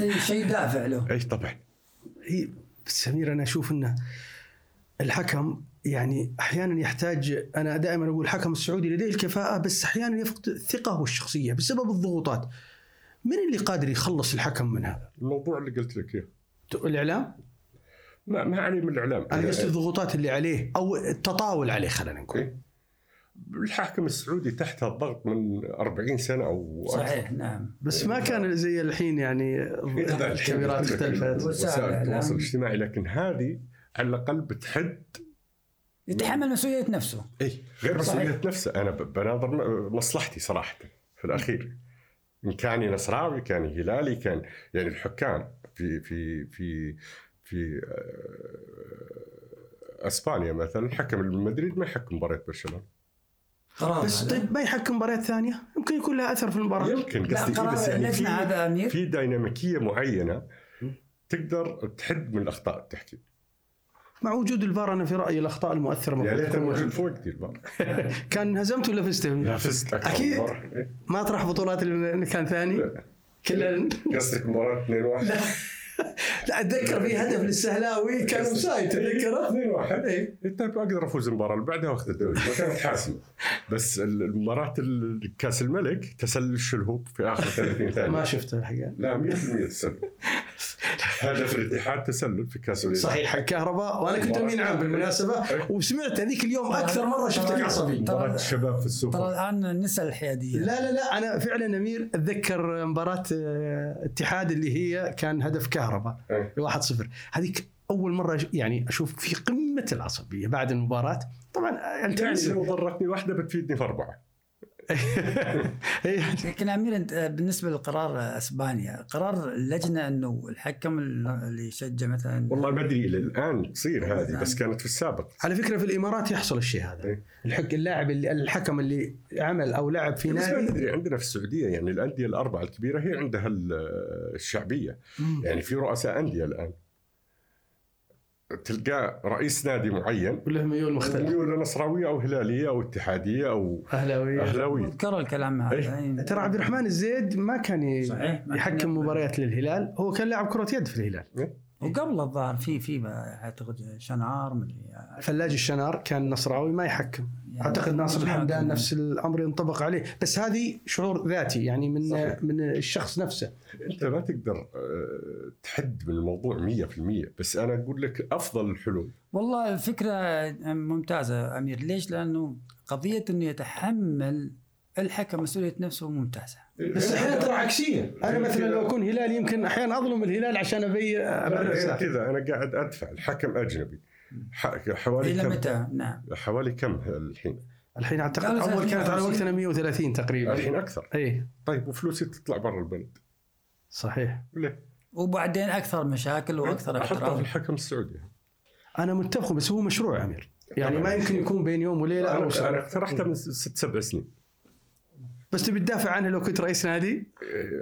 C: إيه، شيء دافع له
D: اي طبعا
B: هي سمير انا اشوف انه الحكم يعني احيانا يحتاج انا دائما اقول الحكم السعودي لديه الكفاءه بس احيانا يفقد الثقه والشخصيه بسبب الضغوطات. من اللي قادر يخلص الحكم من هذا؟
D: الموضوع اللي قلت لك اياه
B: الاعلام؟
D: ما, ما عليه من الاعلام
B: انا قصدي الضغوطات اللي عليه او التطاول عليه خلينا نقول.
D: إيه. الحاكم السعودي تحت الضغط من 40 سنه او أكثر.
C: صحيح نعم
B: بس ما كان زي الحين يعني
D: إذا
B: الكاميرات
D: إيه، الحين عندك
B: اختلفت.
D: وسائل
C: الإعلام.
D: التواصل الاجتماعي لكن هذه على الاقل بتحد
C: يتحمل مسؤوليه نفسه
D: اي إيه، غير
C: صحيح.
D: مسؤوليه نفسه انا ب- بناظر م- مصلحتي صراحه في الاخير ان كاني نصراوي كان هلالي كان يعني الحكام في في في في آه، اسبانيا مثلا الحكم المدريد ما يحكم مباراه برشلونه
C: قرار
B: بس
D: آه.
C: هذا.
B: طيب ما يحكم مباريات ثانيه؟ يمكن يكون لها اثر في المباراه.
D: يمكن
C: لا
D: قصدي إيه،
C: قرار
D: بس يعني
C: اللجنه
D: في
C: هذا امير
D: في ديناميكيه معينه تقدر تحد من الاخطاء التحكيم
B: مع وجود الفار انا في رايي الاخطاء المؤثره
D: يا
B: المفروض
D: ليت
B: تكون
D: موجود
B: موجودة.
D: في وقتي البار
B: كان انهزمت ولا فزت؟
D: فزتك
B: أكيد. ما طرح بطولات اللي كان ثاني كلها
D: قصدك مباراه 2 1
B: لا اتذكر في هدف للسهلاوي كان اوفسايد تتذكره؟
D: 2 1
B: اي
D: طيب اقدر افوز المباراه اللي بعدها واخذ الدوري وكانت حاسمه بس مباراه كاس الملك تسلل الشلهوب في اخر 30 ثانيه
B: ما شفته الحقيقه
D: لا 100% تسلل هدف الاتحاد تسلل في كاس الاتحاد
B: صحيح حق كهرباء وانا كنت امين عام
D: إيه.
B: بالمناسبه وسمعت هذيك اليوم اكثر مره شفتك عصبي
D: مباراه الشباب في
C: ترى
D: السوبر
C: الان نسال الحياديه
B: لا لا لا انا فعلا امير اتذكر مباراه آه، اتحاد اللي هي كان هدف كهرباء
D: إيه.
B: 1-0 هذيك اول مره أش- يعني اشوف في قمه العصبيه بعد المباراه طبعا آه، انت
D: يعني
B: عسل.
D: لو ضرتني واحده بتفيدني في اربعه
B: إيه.
C: لكن امير انت بالنسبه لقرار اسبانيا قرار اللجنه انه الحكم اللي يشجع مثلا
D: والله ما ادري الى الان تصير هذه بس كانت في السابق
B: على فكره في الامارات يحصل الشيء هذا
D: إيه.
B: الحك اللاعب اللي الحكم اللي عمل او لعب في
D: بس ما
B: نادي
D: تدري عندنا في السعوديه يعني الانديه الاربعه الكبيره هي عندها ال- الشعبيه
B: مم.
D: يعني في رؤساء انديه الان تلقاه رئيس نادي معين
B: وله ميول مختلف
D: ولا نصراويه او هلاليه او اتحاديه او
B: اهلاوي
D: اهلاويه
C: مذكر الكلام هذا
D: إيه.
C: يعني
B: ترى عبد الرحمن الزيد ما كان ي-
C: صحيح. ما كان
B: يحكم
C: يقبل.
B: مباريات للهلال هو كان لاعب كره يد في الهلال
C: وقبل الظاهر في في اعتقد شنعار مدري
B: فلاج الشنار كان نصراوي ما يحكم
C: يعني نعم.
B: اعتقد ناصر الحمدان نفس الامر ينطبق عليه بس هذه شعور ذاتي يعني من
D: صحيح.
B: من الشخص نفسه
D: انت ما تقدر آه، تحد من الموضوع 100% بس انا اقول لك افضل الحلول
C: والله فكرة ممتازة أمير ليش؟ لأنه قضية أنه يتحمل الحكم مسؤولية نفسه ممتازة
B: بس احيانا ترى عكسيه انا مثلا لو اكون هلالي يمكن احيانا اظلم الهلال عشان ابي ابرر
D: غير
B: ساعة.
D: كذا انا قاعد ادفع الحكم اجنبي ح-
B: إيه،
D: حوالي
C: إلى
D: كم
C: متى؟ نعم
D: حوالي كم الحين؟
B: الحين اعتقد
C: قالوا
B: اول كانت على
C: 350.
B: وقتنا 130 تقريبا
D: الحين اكثر
B: اي
D: طيب وفلوسي تطلع برا البلد
B: صحيح
D: ليه؟
C: وبعدين أكثر مشاكل وأكثر
D: احطها في
C: اعتراض
D: الحكم السعودي
B: انا متفق بس هو مشروع امير يعني
D: طبعاً.
B: ما يمكن يكون بين يوم وليله
D: انا
B: او
D: أنا
B: سنه
D: اقترحته من ست سبع سنين
B: بس تبي تدافع عنه لو كنت رئيس نادي
D: اي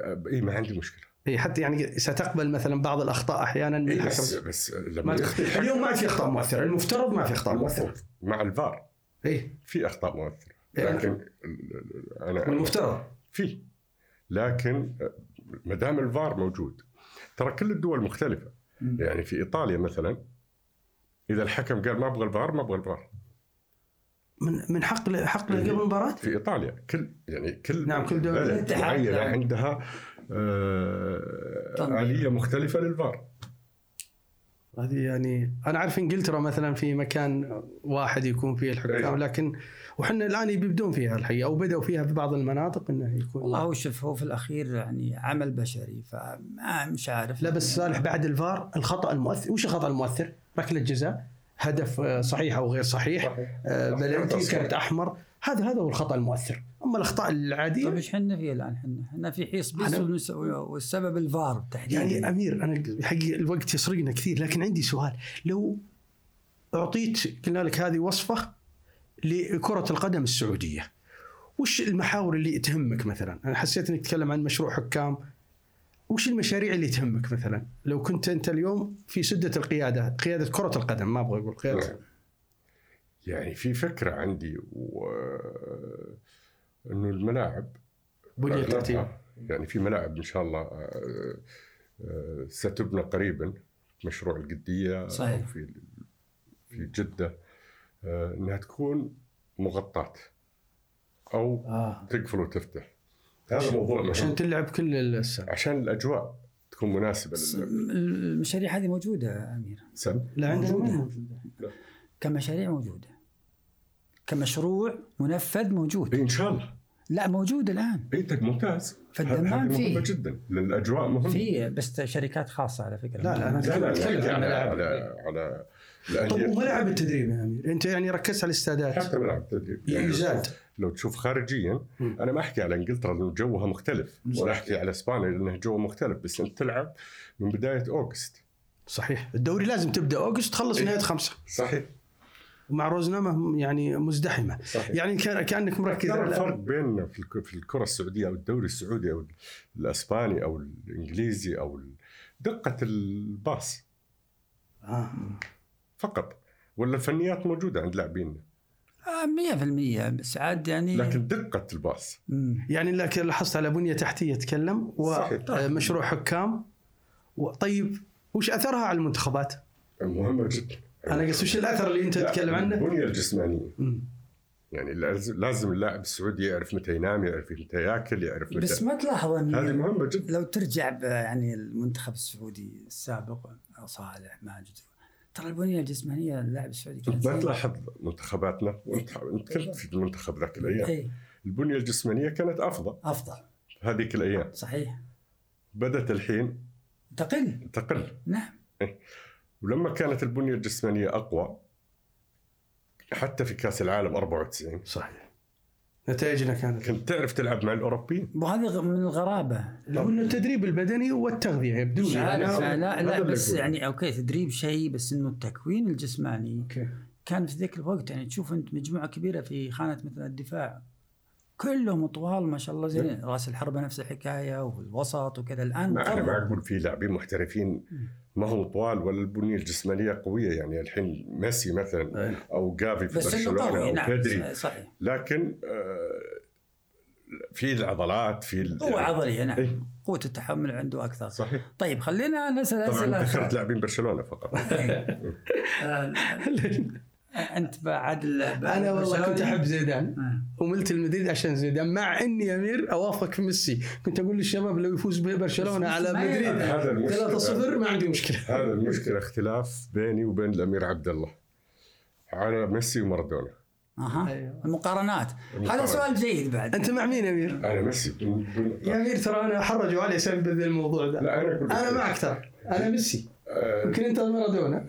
D: آه، إيه، ما عندي مشكله
B: اي حتى يعني ستقبل مثلا بعض الاخطاء احيانا من
D: إيه
B: الحكم
D: بس بس لما
B: ما
D: يخطي
B: تخطي
D: الحكم
B: اليوم ما في اخطاء مؤثره المفترض ما في إيه، اخطاء مؤثره
D: المفروض مع الفار
B: اي
D: في اخطاء مؤثره
B: إيه، أنا-
D: لكن ال- ال- انا
B: المفترض
D: في لكن آه، ما دام الفار موجود ترى كل الدول مختلفه
C: مم.
D: يعني في ايطاليا مثلا اذا الحكم قال ما ابغى الفار ما ابغى الفار
B: من من حق ل- حق ل- قبل المباراه
D: في ايطاليا كل يعني كل
B: نعم، كل دولة.
D: بلد
C: الاتحاد،
D: معينه
C: نعم.
D: عندها آه
B: طيب.
C: طبعاً.
D: اليه مختلفه للفار
B: هذه يعني انا عارف انجلترا مثلا في مكان واحد يكون فيه الحكام
D: أيوة.
B: لكن وحنا الان يبدون فيها الحقيقه او بدأوا فيها في بعض المناطق انه
C: والله
B: يكون
C: هو شوف هو في الأخير يعني عمل بشري فما مش عارف طيب
B: لا بس صالح بعد الفار الخطا المؤثر وش الخطا المؤثر؟ ركله جزاء هدف آه، صحيح او غير صحيح
D: صحيح.
B: آه،
D: صحيح.
B: بلنتي
D: صحيح.
B: كرت احمر هذا هذا هو الخطا المؤثر اما الاخطاء العاديه
C: طيب ايش حنا فيه الان حنا؟ حنا في حيص بس
B: أنا-
C: ونس- والسبب الفار تحديدا
B: يعني امير انا حقي الوقت يسرقنا كثير لكن عندي سؤال لو اعطيت قلنا لك هذه وصفه لكره القدم السعوديه وش المحاور اللي تهمك مثلا؟ انا حسيت انك تتكلم عن مشروع حكام وش المشاريع اللي تهمك مثلا؟ لو كنت انت اليوم في سده القياده، قياده كره القدم ما ابغى اقول قياده
D: يعني في فكره عندي و... انه الملاعب
B: بنيه ترتيب
D: يعني في ملاعب ان شاء الله آه، آه، ستبنى قريبا مشروع القديه
C: صحيح.
D: أو في في جده آه، انها تكون مغطاه او
B: اه
D: تقفل وتفتح هذا موضوع
B: عشان
D: مهم
B: تلعب كل السنه
D: عشان الاجواء تكون مناسبه
C: بس
D: لل-
C: المشاريع هذه موجوده يا امير
D: سم
B: لا عندنا ما
C: موجودة.
B: موجودة.
C: كمشاريع موجوده كمشروع منفذ موجود
D: إيه، ان شاء الله
C: لا موجود الان
D: إيه، طيب ممتاز
C: فالدمام
D: هذه مهمه
C: فيه.
D: جدا لأن الاجواء مهمه
C: في بس شركات خاصه على فكره
B: لا، لا، أنا
D: لا لا
B: أتكلم عن
D: لا على
B: ملاعب.
D: على على
B: طب
D: الأندية.
B: وملاعب التدريب يا امير انت يعني ركزت على الاستادات
D: حتى ملاعب تدريب يعني
B: يزاد
D: لو تشوف خارجيا
B: مم.
D: انا ما احكي على انجلترا لانه جوها مختلف
B: صح.
D: ولا احكي على اسبانيا لانه جوها مختلف بس انت تلعب من بدايه اوغست
B: صحيح الدوري لازم تبدا اوغست تخلص
D: إيه.
B: نهايه خمسه
D: صحيح
B: مع روزنامه يعني مزدحمه
D: صحيح
B: يعني كان كانك مركز
D: ترى
B: على-
D: الفرق بين في الك- في الكره السعوديه او الدوري السعودي او الاسباني او الانجليزي او ال- دقه الباص
B: آه.
D: فقط ولا الفنيات موجوده عند لاعبينا
C: آه 100% بس عاد يعني
D: لكن دقه الباص
C: مم.
B: يعني لكن لاحظت على بنيه تحتيه تكلم
D: صحيح.
B: ومشروع حكام و- طيب وش اثرها على المنتخبات؟
D: مهمه جدا
B: انا قصدي وش الاثر اللي انت
D: لا،
B: تتكلم عنه؟
D: البنيه الجسمانيه
B: مم.
D: يعني لازم لازم اللاعب السعودي يعرف متى ينام يعرف متى ياكل يعرف متى
C: بس ما تلاحظ ان
D: هذه مهمه جدا
C: لو ترجع ب- يعني المنتخب السعودي السابق صالح ماجد ترى البنيه الجسمانيه اللاعب السعودي
D: انت
C: كانت
D: ما تلاحظ منتخباتنا وانت انت كنت في المنتخب ذاك الايام
C: اي
D: البنيه الجسمانيه كانت افضل
C: افضل
D: في هذيك الايام
C: صحيح
D: بدات الحين
C: تقل
D: تقل
C: نعم
D: ولما كانت البنيه الجسمانيه اقوى حتى في كاس العالم 94
B: صحيح نتائجنا كانت
D: كنت تعرف تلعب مع الاوروبيين
C: وهذه غ- من الغرابه
B: هو انه التدريب البدني والتغذيه يبدو لي
C: لا
B: أنا-
C: لا, لا,
D: هذا
C: لا
D: اللي
C: بس
D: أقوله.
C: يعني اوكي تدريب شيء بس انه التكوين الجسماني
B: أوكي.
C: كان في ذاك الوقت يعني تشوف انت مجموعه كبيره في خانه مثلا الدفاع كلهم طوال ما شاء الله زين راس الحربه نفس الحكايه والوسط وكذا الان
D: ما انا ما
C: قرب.
D: اقول في لاعبين محترفين ما هم طوال ولا البنيه الجسمانيه قويه يعني الحين ميسي مثلا او جافي في
C: إيه. بس انه
D: برشلونه
C: قوي
D: او
C: نعم
D: بدري
C: صح- صحيح
D: لكن آه، في العضلات في ال-
C: قوه عضليه
D: إيه.
C: نعم قوه التحمل عنده اكثر
D: صحيح
C: طيب خلينا نسال
D: طبعا
C: اسئله
D: ذكرت لاعبين برشلونه فقط
C: إيه. آه، انت بعد ال-
B: انا والله كنت
C: برشلوني؟
B: احب زيدان
C: آه.
B: وملت المدريد عشان زيدان مع اني امير اوافق في ميسي كنت اقول للشباب لو يفوز به برشلونه
C: بس ميسي
B: على
C: ما
B: مدريد
C: يلعب.
D: هذا المشكله
B: 3-0 ما عندي مشكله
D: هذا المشكله اختلاف بيني وبين الامير عبد الله على ميسي ومارادونا
C: اها
B: أيوة.
C: المقارنات هذا
D: المقارنات.
C: سؤال جيد بعد
B: انت مع مين يا امير؟
D: انا ميسي بدون- بدون-
B: يا امير ترى انا حرجوا علي سبب ذا الموضوع ده
D: لا، أنا أقول لك.
B: انا معك ترى انا ميسي
D: آه،
B: يمكن انت مارادونا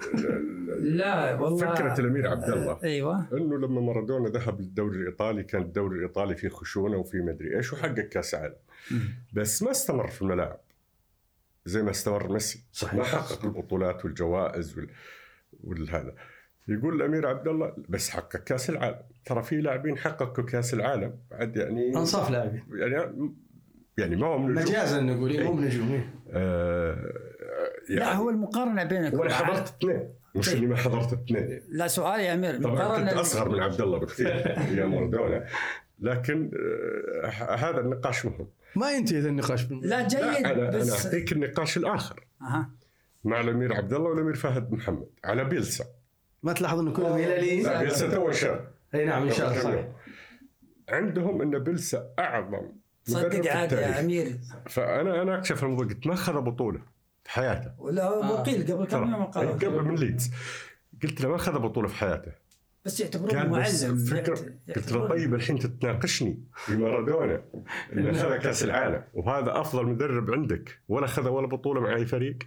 C: لا والله
D: فكره الامير عبد الله
C: ايوه
D: انه لما مارادونا ذهب للدوري الايطالي كان الدوري الايطالي فيه خشونه وفيه مدري ايش وحقق كاس عالم بس ما استمر في الملاعب زي ما استمر ميسي ما حقق البطولات والجوائز وال... والهذا يقول الامير عبد الله بس حقق كاس العالم ترى في لاعبين حققوا كاس العالم بعد يعني
B: انصاف لاعبين
D: يعني يعني ما هم نجوم.
B: مجازا نقول إيه، هم نجوم إيه.
D: آه يعني
C: لا هو المقارنه بينك
D: وانا
C: وبين-
D: حضرت اثنين مش
C: طيب.
D: اني ما حضرت اثنين يعني.
C: لا سؤال يا امير
D: طبعا كنت
C: المقارنة-
D: اصغر من عبد الله بكثير يا مارادونا لكن آه هذا النقاش مهم
B: ما ينتهي ذا النقاش بالموضوع.
C: لا
D: لا
C: جيد
D: انا انا
C: بس
D: اعطيك النقاش الاخر
C: اها
D: مع الامير عبد الله والامير فهد محمد على بيلسا
B: ما تلاحظ انه كلهم
D: لا
B: هلاليين
D: بيلسا تو شر
B: اي نعم ان شاء الله صحيح
D: عندهم ان بيلسا اعظم مدرب
C: صدق يعني.
D: في
C: عاد يا
D: التاريخ
C: امير
D: فانا انا اكشف الموضوع قلت ما اخذ بطوله في حياته
C: ولا
B: آه.
C: وقيل قبل كم يوم
D: ترى
C: قال
D: قبل من ليدز قلت له ما اخذ بطوله في حياته
C: بس يعتبرونه
D: كان بس
C: معلم
D: فكرة
C: يعت-
D: قلت له طيب الحين تتناقشني بمارادونا اللي اخذ كاس العالم وهذا افضل مدرب عندك ولا اخذ ولا بطوله مع اي فريق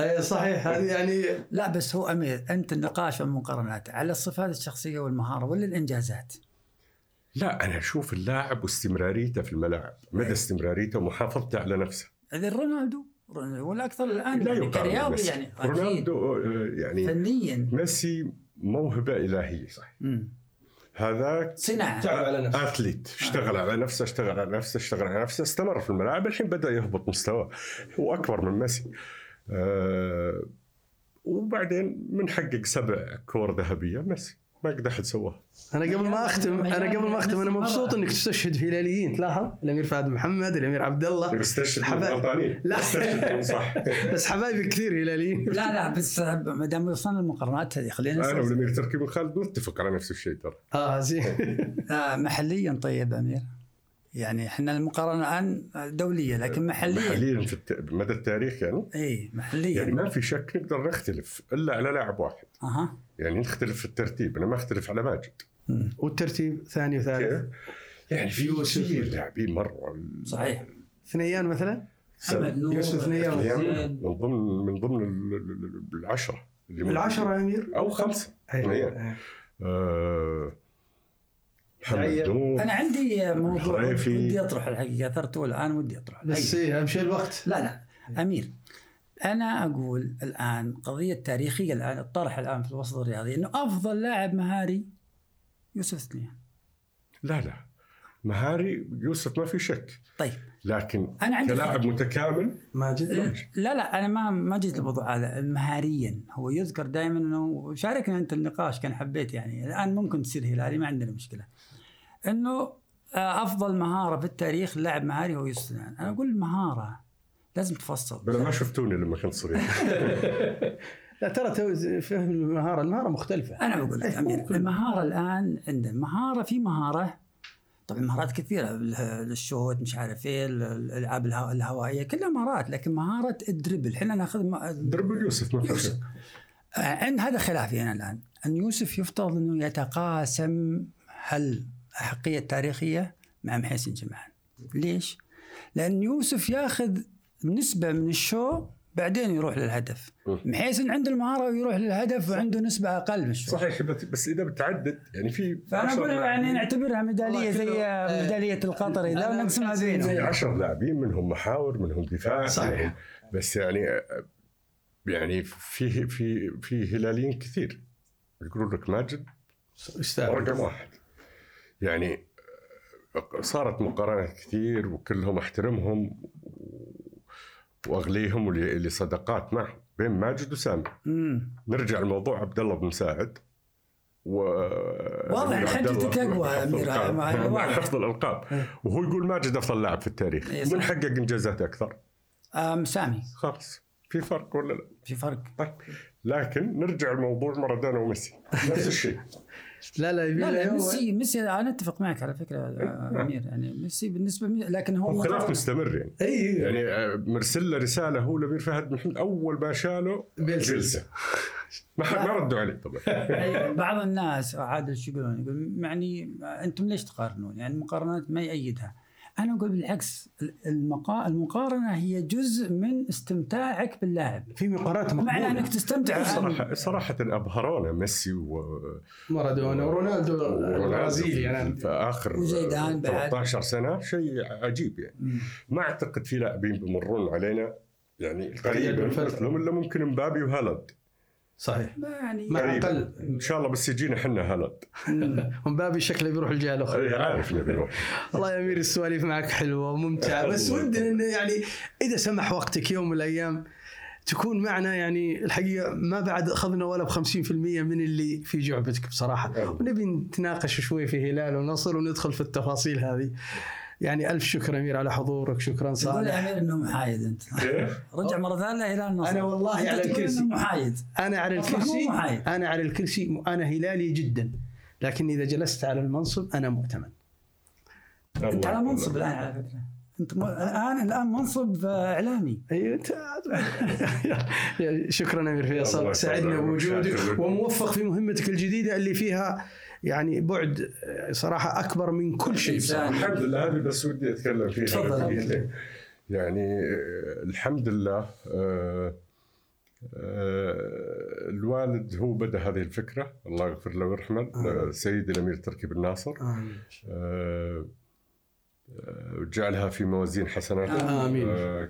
B: أي صحيح هذه يعني
C: لا بس هو امير انت النقاش والمقارنات على الصفات الشخصيه والمهاره ولا الانجازات؟
D: لا انا اشوف اللاعب واستمراريته في الملاعب مدى استمراريته ومحافظته على نفسه
C: اذا رونالدو رونالدو هو الاكثر الان
D: لا
C: يعني
D: يقارن
C: كرياضي
D: بميسي.
C: يعني أكيد.
D: رونالدو آه، يعني
C: فنيا
D: ميسي موهبه الهيه صح
C: مم.
D: هذاك
C: صناعه
B: تعب على نفسه
D: اثليت اشتغل على نفسه اشتغل على نفسه اشتغل على نفسه استمر في الملاعب الحين بدا يهبط مستواه هو اكبر من ميسي أه وبعدين بنحقق سبع كور ذهبيه ميسي ما قد احد سواها
B: انا قبل ما اختم انا قبل ما اختم انا مبسوط انك تستشهد في هلاليين تلاحظ الامير فهد محمد الامير عبد الله
D: استشهد
B: حبايب.
D: غلطانين
B: لا.
D: استشهد صح
B: بس حبايبي كثير هلاليين
C: لا لا بس ما دام وصلنا المقارنات هذه خلينا
D: انا
C: نسأل.
D: والامير تركي بن خالد نتفق على نفس الشيء ترى
B: اه زين
C: آه، محليا طيب امير يعني احنا المقارنه الان دوليه
D: آه،
C: لكن إيه، محليا
D: حاليا في الت... مدى التاريخ يعني
C: اي
D: يعني
C: محليا
D: ما في شك نقدر نختلف الا على لاعب واحد
C: اها
D: يعني نختلف في الترتيب انا ما اختلف على ماجد
C: مم.
B: والترتيب ثاني وثالث
D: يعني في
B: يوسف.
D: كثير لاعبين مره
C: صحيح
B: ثنيان مثلا
C: محمد نور
B: يوسف نيار.
D: يعني
C: زيد.
D: من ضمن من ضمن ال- ال- ال- العشره اللي موجودين.
B: العشرة يا أيوة. امير
D: او خمسه
B: أي.
D: آه، محمد
B: دعية.
D: نور
C: انا عندي موضوع
D: الحريفي.
C: ودي اطرح الحقيقه اثرته الان ودي اطرحه
B: بس
C: الحقيقة.
B: إيه، اهم شيء الوقت
C: لا لا امير انا اقول الان قضيه تاريخيه الان الطرح الان في الوسط الرياضي انه افضل لاعب مهاري يوسف ثنيان
D: لا لا مهاري يوسف ما في شك
C: طيب
D: لكن
C: انا عندي
D: كلاعب متكامل
B: ماجد
C: لا لا انا ما ما جيت الموضوع هذا مهاريا هو يذكر دائما انه شاركنا انت النقاش كان حبيت يعني الان ممكن تصير هلالي ما عندنا مشكله انه آه، افضل مهاره في التاريخ لاعب مهاري هو يوسف سنان انا اقول مهاره لازم
D: بلا ما
C: تفصل
D: شفتوني لما كنت صغير
B: لا ترى تو- فهم المهاره المهاره مختلفه
C: انا بقول لك
B: إيه، مو
C: امير
B: كل-
C: المهاره الان عندنا مهاره في مهاره طبعا مهارات كثيره ال- الشوت مش عارف ايه ال- الالعاب الهو- الهوائيه كلها مهارات لكن مهاره الدربل احنا ناخذ م-
D: دربل يوسف ما في
C: يوسف
D: شك
C: ان هذا خلافي انا الان ان يوسف يفترض انه يتقاسم هالاحقيه التاريخيه مع محسن جمعان ليش؟ لان يوسف ياخذ نسبه من الشو بعدين يروح للهدف
D: مم.
C: محسن عنده المهاره ويروح للهدف وعنده نسبه اقل من الشو
D: صحيح بس- بس اذا بتعدد يعني في
C: فانا
D: 10
C: اقول يعني
D: لاعبين-
C: نعتبرها ميداليه
E: والله
C: زي
E: كله، آه،
C: ميداليه القطري لا
E: أنا
C: نقسمها
E: محسن
D: زي
C: زينا
D: 10 يعني لاعبين منهم محاور منهم دفاع
B: صحيح.
D: منهم بس يعني يعني في في في هلاليين كثير يقولون لك ماجد رقم
B: استاذ
D: واحد يعني صارت مقارنات كثير وكلهم احترمهم واغليهم واللي اللي صداقات معهم بين ماجد وسامي
C: مم.
D: نرجع لموضوع عبد الله بن مساعد و
C: واضح
D: عبد
C: حجة
D: الله
C: التقوى
D: مع حفظ
C: أمير،
D: الألقاب،
C: مع-
D: مع
C: واضح.
D: حفظ الالقاب وهو يقول ماجد افضل لاعب في التاريخ
C: إيه صح.
D: من حقق انجازات اكثر
C: آم سامي
D: خلاص في فرق ولا لا؟
C: آه، في فرق
D: طيب لكن نرجع لموضوع مارادونا وميسي نفس الشيء
B: لا لا يبي
C: لا
B: له
C: لا
B: إيه، هو-
C: ميسي ميسي انا اتفق معك على فكره آه، امير يعني ميسي بالنسبه لي لكن هو
D: وخلاف مستمر يعني
B: اي
D: يعني آه، مرسل له رساله هو لامير فهد محمد اول ما شاله
B: بيلسن.
D: جلسه ما حد- ما ردوا عليه طبعا
C: أي- بعض الناس عاد ايش يقولون؟ يقول يعني انتم ليش تقارنون؟ يعني المقارنات ما يأيدها. انا اقول بالعكس المقا... المقارنه هي جزء من استمتاعك باللاعب.
B: في مقارنات
C: معنى
B: مقبوله
C: انك تستمتع
D: صراحه صراحه ابهرونا ميسي و
B: مارادونا ورونالدو البرازيلي يعني. انا
D: في اخر
C: وزيدان بعد.
D: 13 سنه شيء عجيب يعني
C: مم.
D: ما اعتقد في لاعبين بيمرون علينا يعني
B: قريب
D: قريبا
B: من فترة.
D: مثلهم الا ممكن مبابي وهالاند
B: صحيح
C: يعني
B: مع
D: قريب.
B: اقل
D: ان شاء الله بس يجينا احنا هالاند إيه،
B: مبابي شكله بيروح الجهه
C: طيب.
B: الاخرى
D: عارف نبي نروح
B: والله يا امير السواليف معك حلوه وممتعه بس ودنا إنه يعني اذا سمح وقتك يوم من الايام تكون معنا يعني الحقيقه ما بعد اخذنا ولا ب 50% من اللي في جعبتك بصراحه
C: طيب.
D: أيوة.
B: ونبي نتناقش شوي في هلال ونصر وندخل في التفاصيل هذه يعني الف شكر امير على حضورك شكرا
C: تقول
B: صالح
C: يا امير انه محايد انت
D: كيف؟
C: رجع مره ثانيه الى النصر
B: أنا والله
C: أنت
B: على
C: تقول
B: الكرسي.
C: إنه محايد
B: انا على
C: والله مو
B: الكرسي
C: محايد.
B: انا على الكرسي انا هلالي جدا لكن اذا جلست على المنصب انا مؤتمن
C: انت
D: الله
C: على
D: أكبر.
C: منصب الان على فكره انت م... الان الان منصب آه، اعلامي
B: اي انت شكرا امير
D: الله
B: يعني فيصل سعدنا
D: يسعدك.
B: بوجودك
D: شاكر.
B: وموفق في مهمتك الجديده اللي فيها يعني بعد صراحه اكبر من كل شيء بصراحه
D: الحمد لله هذه بس ودي اتكلم فيها
B: تفضل.
D: تفضل يعني آه، الحمد لله آه، آه، الوالد هو بدا هذه الفكره الله يغفر له ويرحمه آه، سيدي الامير تركي بن ناصر
B: آمين.
D: آه، آه، جعلها في موازين حسناته
B: آمين.
D: آه،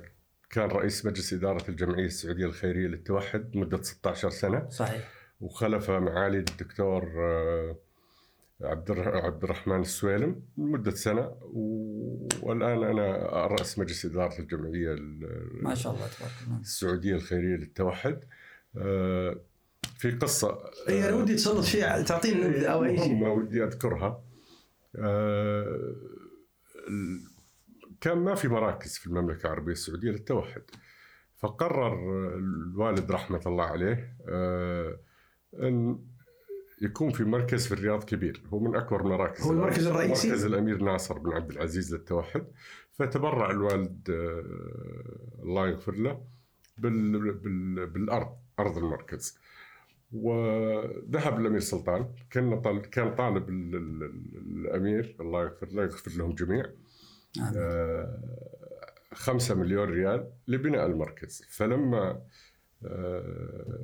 D: كان رئيس مجلس إدارة الجمعية السعودية الخيرية للتوحد مدة 16 سنة
C: صحيح
D: وخلف معالي الدكتور آه، عبد الر- عبد الرحمن السويلم لمدة سنة و- والآن أنا رأس مجلس إدارة الجمعية ال-
C: ما شاء الله تبارك الله
D: السعودية الخيرية للتوحد آه، في قصة آه،
B: اي انا إيه، ودي تسلط فيها تعطينا نبذه او اي شيء
D: مهمة ودي أذكرها آه، ال- كان ما في مراكز في المملكة العربية السعودية للتوحد فقرر الوالد رحمة الله عليه آه، أن يكون في مركز في الرياض كبير هو من أكبر مراكز
B: هو المركز الرئيسي؟
D: مركز الأمير ناصر بن عبد العزيز للتوحد فتبرع الوالد آه، الله يغفر له بال بال بالأرض أرض المركز وذهب الامير سلطان كان طال... كان طالب ال... ال... ال- الامير الله يغفر له يغفر لهم جميع
C: آمين.
D: آه، خمسة مليون ريال لبناء المركز فلما آه،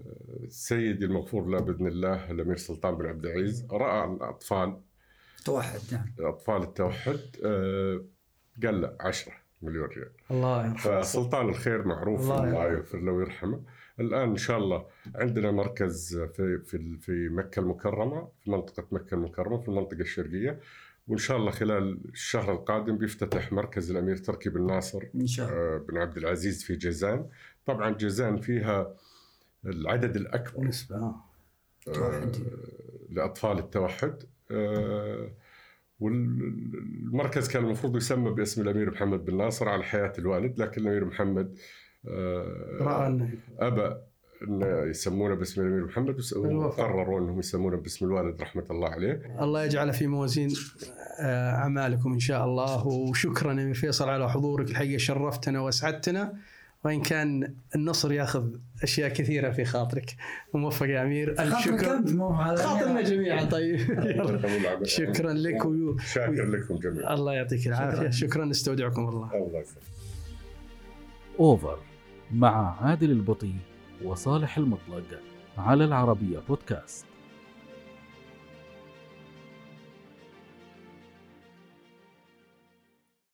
D: سيدي المغفور له باذن الله الامير سلطان بن عبد العزيز راى الاطفال
C: توحد نعم
D: اطفال التوحد آه، قال لا 10 مليون ريال
B: الله يرحمه
D: فسلطان الخير معروف
B: الله
D: الله, يغفر له ويرحمه الان ان شاء الله عندنا مركز في في في مكه المكرمه في منطقه مكه المكرمه في المنطقه الشرقيه وان شاء الله خلال الشهر القادم بيفتتح مركز الامير تركي بن ناصر
C: ان شاء الله
D: آه، بن عبد العزيز في جازان طبعا جازان فيها العدد الاكبر
B: بالنسبه آه.
C: توحدي.
D: آه، لاطفال التوحد آه، والمركز كان المفروض يسمى باسم الامير محمد بن ناصر على حياه الوالد لكن الامير محمد آه،
B: راى انه
D: ابى ان يسمونه باسم الامير محمد بس هم
B: بالوفاء.
D: قرروا انهم يسمونه باسم الوالد رحمه الله عليه
B: الله يجعله في موازين آه، اعمالكم ان شاء الله وشكرا يا أمير فيصل على حضورك الحقيقه شرفتنا واسعدتنا وان كان النصر ياخذ اشياء كثيره في خاطرك موفق يا امير الف
C: خاطرك
B: شكر
C: انت مو هذا
B: خاطرنا جميعا طيب
D: الله
B: يلا.
D: يطول عمرك.
B: شكرا لك و...
D: شاكر لكم جميعا
B: الله يعطيك العافيه شكرا استودعكم الله
D: الله يسلمك
A: أوفر مع عادل البطي وصالح المطلق على العربية بودكاست